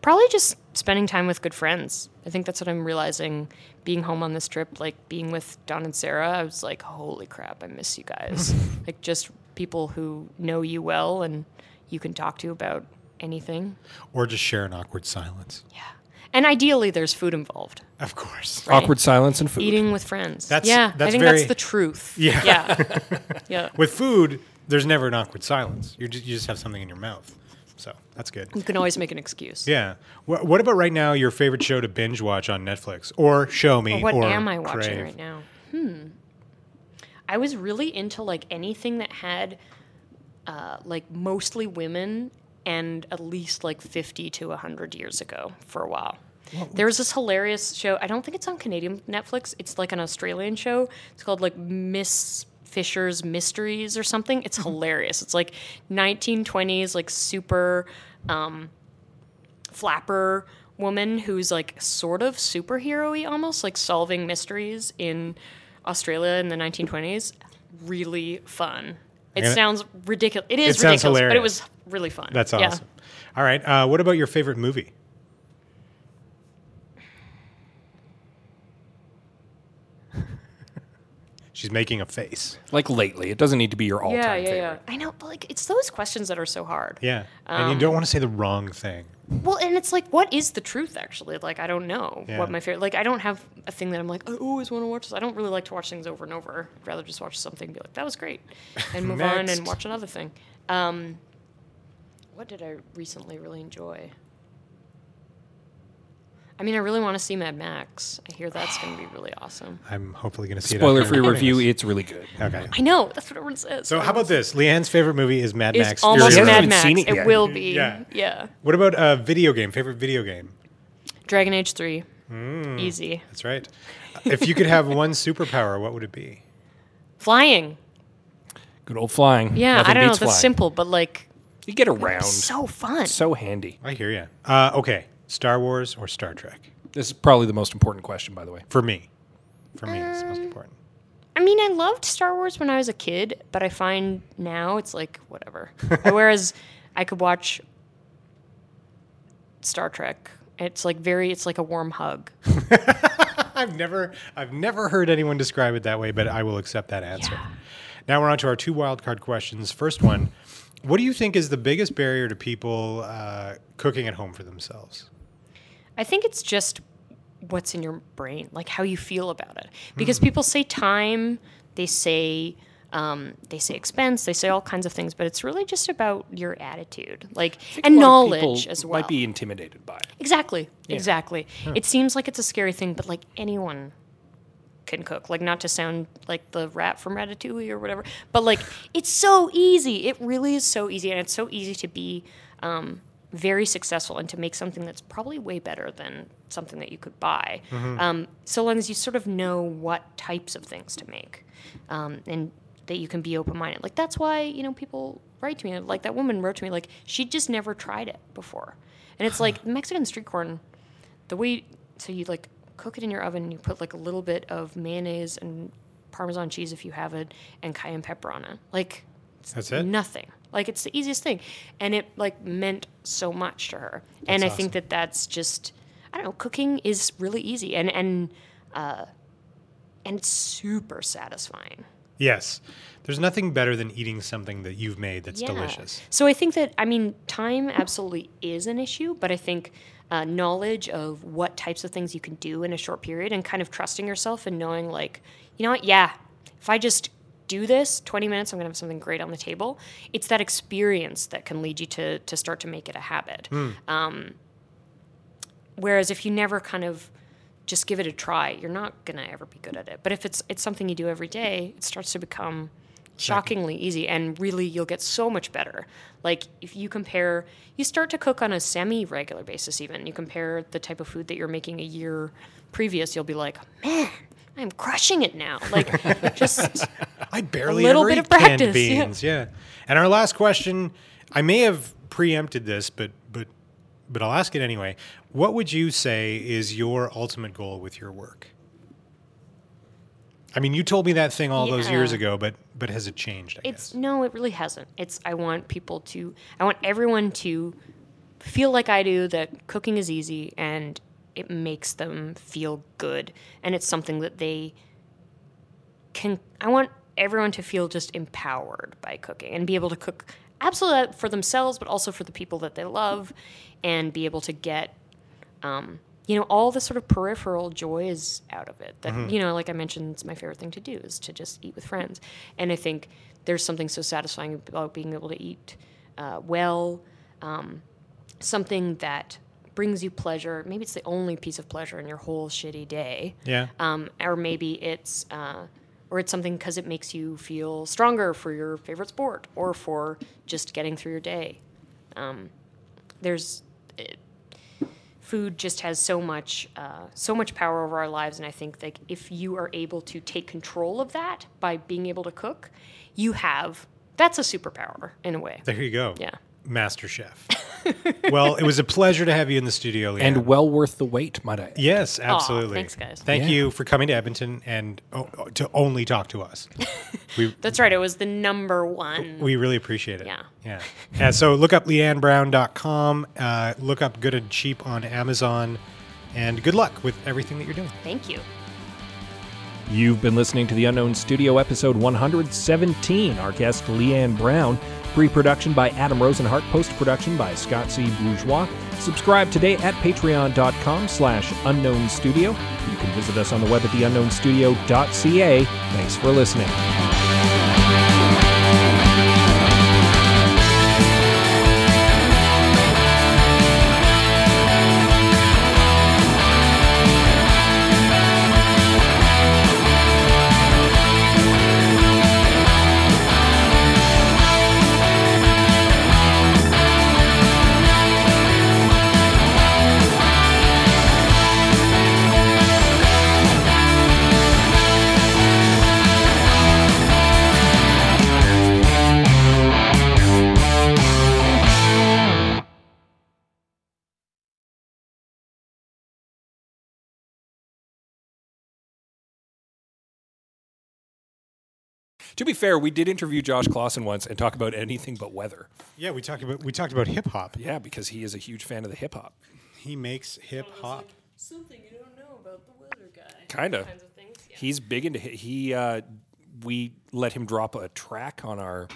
Speaker 3: Probably just spending time with good friends. I think that's what I'm realizing being home on this trip, like being with Don and Sarah. I was like, holy crap, I miss you guys. like, just people who know you well and you can talk to about anything.
Speaker 1: Or just share an awkward silence.
Speaker 3: And ideally, there's food involved.
Speaker 1: Of course.
Speaker 2: Awkward silence and food.
Speaker 3: Eating with friends.
Speaker 1: That's-
Speaker 3: yeah,
Speaker 1: that's
Speaker 3: I think
Speaker 1: very-
Speaker 3: that's the truth.
Speaker 1: Yeah.
Speaker 3: Yeah. yeah.
Speaker 1: With food, there's never an awkward silence. You just you just have something in your mouth. So, that's good.
Speaker 3: You can always make an excuse.
Speaker 1: Yeah. What, what about right now your favorite show to binge watch on Netflix or show me
Speaker 3: Or what
Speaker 1: or
Speaker 3: am I watching
Speaker 1: Crave?
Speaker 3: right now? Hmm. I was really into like anything that had uh, like mostly women and at least like 50 to 100 years ago for a while. There was this hilarious show. I don't think it's on Canadian Netflix. It's like an Australian show. It's called like Miss Fisher's Mysteries or something. It's hilarious. It's like 1920s, like super um, flapper woman who's like sort of superhero-y almost like solving mysteries in australia in the 1920s really fun it
Speaker 1: gonna-
Speaker 3: sounds ridiculous it is
Speaker 1: It sounds
Speaker 3: ridiculous but
Speaker 1: hilarious.
Speaker 3: it was really fun
Speaker 1: That's
Speaker 3: Yeah.
Speaker 1: awesome. All right. Uh, what about your favorite movie? She's making a face.
Speaker 2: Like lately. It doesn't need to be your all time
Speaker 3: yeah yeah
Speaker 2: favorite.
Speaker 3: yeah i know but like it's those questions that are so hard
Speaker 1: Yeah. and you don't
Speaker 3: Um,
Speaker 1: want to say the wrong thing.
Speaker 3: well and it's like what is the truth actually like i don't know
Speaker 1: Yeah.
Speaker 3: what my favorite like i don't have a thing that i'm like "Oh, i always want to watch this i don't really like to watch things over and over i'd rather just watch something and be like that was great and move on
Speaker 1: Next.
Speaker 3: and watch another thing um, what did i recently really enjoy i mean i really want to see mad max i hear that's going to be really awesome
Speaker 1: I'm hopefully going to see it.
Speaker 2: Spoiler
Speaker 1: after
Speaker 2: free
Speaker 1: recording
Speaker 2: review. e-
Speaker 1: this.
Speaker 2: It's really good.
Speaker 1: Okay.
Speaker 3: i know that's what everyone says
Speaker 1: So how about this? Leanne's favorite movie is Mad
Speaker 3: it's
Speaker 1: Max.
Speaker 3: almost
Speaker 1: Fury Road.
Speaker 3: mad
Speaker 2: Haven't
Speaker 3: max
Speaker 2: seen it
Speaker 3: it,
Speaker 2: yet.
Speaker 3: will be
Speaker 1: Yeah.
Speaker 3: yeah
Speaker 1: What about a video game? Favorite video game?
Speaker 3: dragon age 3 easy
Speaker 1: That's right. Uh, if you could have one superpower, what would it be?
Speaker 3: flying
Speaker 2: Good old flying.
Speaker 3: Yeah,
Speaker 2: Nothing
Speaker 3: I don't know.
Speaker 2: beats
Speaker 3: That's
Speaker 2: flying.
Speaker 3: simple, but like
Speaker 2: You get around. So,
Speaker 3: so fun.
Speaker 2: handy.
Speaker 1: I hear you. Uh, okay. Star Wars or Star Trek?
Speaker 2: This is probably the most important question, by the way.
Speaker 1: For me. For me, it's the most important.
Speaker 3: I mean, I loved Star Wars when I was a kid, but I find now it's like whatever. Whereas I could watch Star Trek. It's like very. It's like a warm hug.
Speaker 1: I've never I've never heard anyone describe it that way, but I will accept that answer. Now we're on to our two wildcard questions. First one, what do you think is the biggest barrier to people uh, cooking at home for themselves?
Speaker 3: I think it's just what's in your brain, like how you feel about it. Because people say time, they say Um, they say expense, they say all kinds of things, but it's really just about your attitude, like
Speaker 2: think
Speaker 3: and
Speaker 2: a lot of people
Speaker 3: knowledge as well.
Speaker 2: Might be intimidated by it.
Speaker 3: Exactly. Exactly. It seems like it's a scary thing, but like anyone can cook. Like not to sound like the rat from Ratatouille or whatever, but like it's so easy. It really is so easy, and it's so easy to be um, very successful and to make something that's probably way better than something that you could buy. Um, so long as you sort of know what types of things to make, um, and that you can be open minded. Like that's why you know people write to me. Like that woman wrote to me like she just never tried it before, and it's like Mexican street corn the way so you like cook it in your oven and you put like a little bit of mayonnaise and parmesan cheese if you have it and cayenne pepper on it like it's
Speaker 1: That's it?
Speaker 3: nothing like it's the easiest thing and it like meant so much to her and i think that that's just i don't know cooking is really easy and and uh and it's super satisfying
Speaker 1: Yes. There's nothing better than eating something that you've made that's
Speaker 3: yeah.
Speaker 1: delicious.
Speaker 3: So I think that I mean time absolutely is an issue, but I think uh, knowledge of what types of things you can do in a short period and kind of trusting yourself and knowing like you know what yeah if I just do this 20 minutes i'm going to have something great on the table it's that experience that can lead you to to start to make it a habit Um, Whereas if you never kind of just give it a try, you're not gonna ever be good at it. But if it's it's something you do every day, it starts to become shockingly easy and really you'll get so much better. Like if you compare you start to cook on a semi regular basis even. You compare the type of food that you're making a year previous, you'll be like, Man, I'm crushing it now. Like just
Speaker 1: I barely
Speaker 3: little
Speaker 1: ever
Speaker 3: bit
Speaker 1: eat
Speaker 3: of
Speaker 1: canned
Speaker 3: practice, yeah.
Speaker 1: beans. Yeah. And our last question, I may have preempted this, but but but I'll ask it anyway. What would you say is your ultimate goal with your work? I mean, you told me that thing all those years
Speaker 3: Yeah.
Speaker 1: ago, but but has it changed? I
Speaker 3: It's
Speaker 1: guess.
Speaker 3: no, it really hasn't. It's I want people to I want everyone to feel like I do that cooking is easy and it makes them feel good and it's something that they can I want everyone to feel just empowered by cooking and be able to cook absolutely for themselves but also for the people that they love and be able to get um, you know all the sort of peripheral joys out of it that you know like i mentioned it's my favorite thing to do is to just eat with friends and i think there's something so satisfying about being able to eat uh, well um, something that brings you pleasure maybe it's the only piece of pleasure in your whole shitty day
Speaker 1: Yeah.
Speaker 3: um, or maybe it's uh, or it's something because it makes you feel stronger for your favorite sport or for just getting through your day. Um, there's it, food just has so much uh, so much power over our lives, and I think like if you are able to take control of that by being able to cook, you have that's a superpower in a way.
Speaker 1: There you go.
Speaker 3: Yeah.
Speaker 1: Master Chef. well, it was a pleasure to have you in the studio, Leanne.
Speaker 2: And well worth the wait, might I?
Speaker 1: yes, absolutely.
Speaker 3: thanks, guys.
Speaker 1: Thank
Speaker 2: Yeah.
Speaker 1: you for coming to Edmonton and oh, oh, to only talk to us. we
Speaker 3: That's right. It was the number one.
Speaker 1: We really appreciate it.
Speaker 3: Yeah.
Speaker 1: Yeah. yeah so look up leannebrown.com, uh, look up Good and Cheap on Amazon, and good luck with everything that you're doing.
Speaker 3: Thank you.
Speaker 2: You've been listening to The Unknown Studio, episode 117. Our guest, Leanne Brown. Pre production by Adam Rosenhart, post production by Scott C. Bourgeois. Subscribe today at patreon.com slash unknown studio. You can visit us on the web at theunknownstudio.ca. Thanks for listening. To be fair, we did interview Josh Clausen once and talk about anything but weather.
Speaker 1: Yeah, we talked about we talked about hip hop.
Speaker 2: Yeah, because he is a huge fan of the hip hop.
Speaker 1: He makes hip hop.
Speaker 4: Something you don't know about the weather guy.
Speaker 2: Kind of. He's big into hi- he. Uh, we let him drop a track on our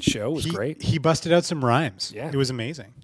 Speaker 2: show. It was
Speaker 1: He,
Speaker 2: great.
Speaker 1: he busted out some rhymes.
Speaker 2: Yeah.
Speaker 1: It was amazing.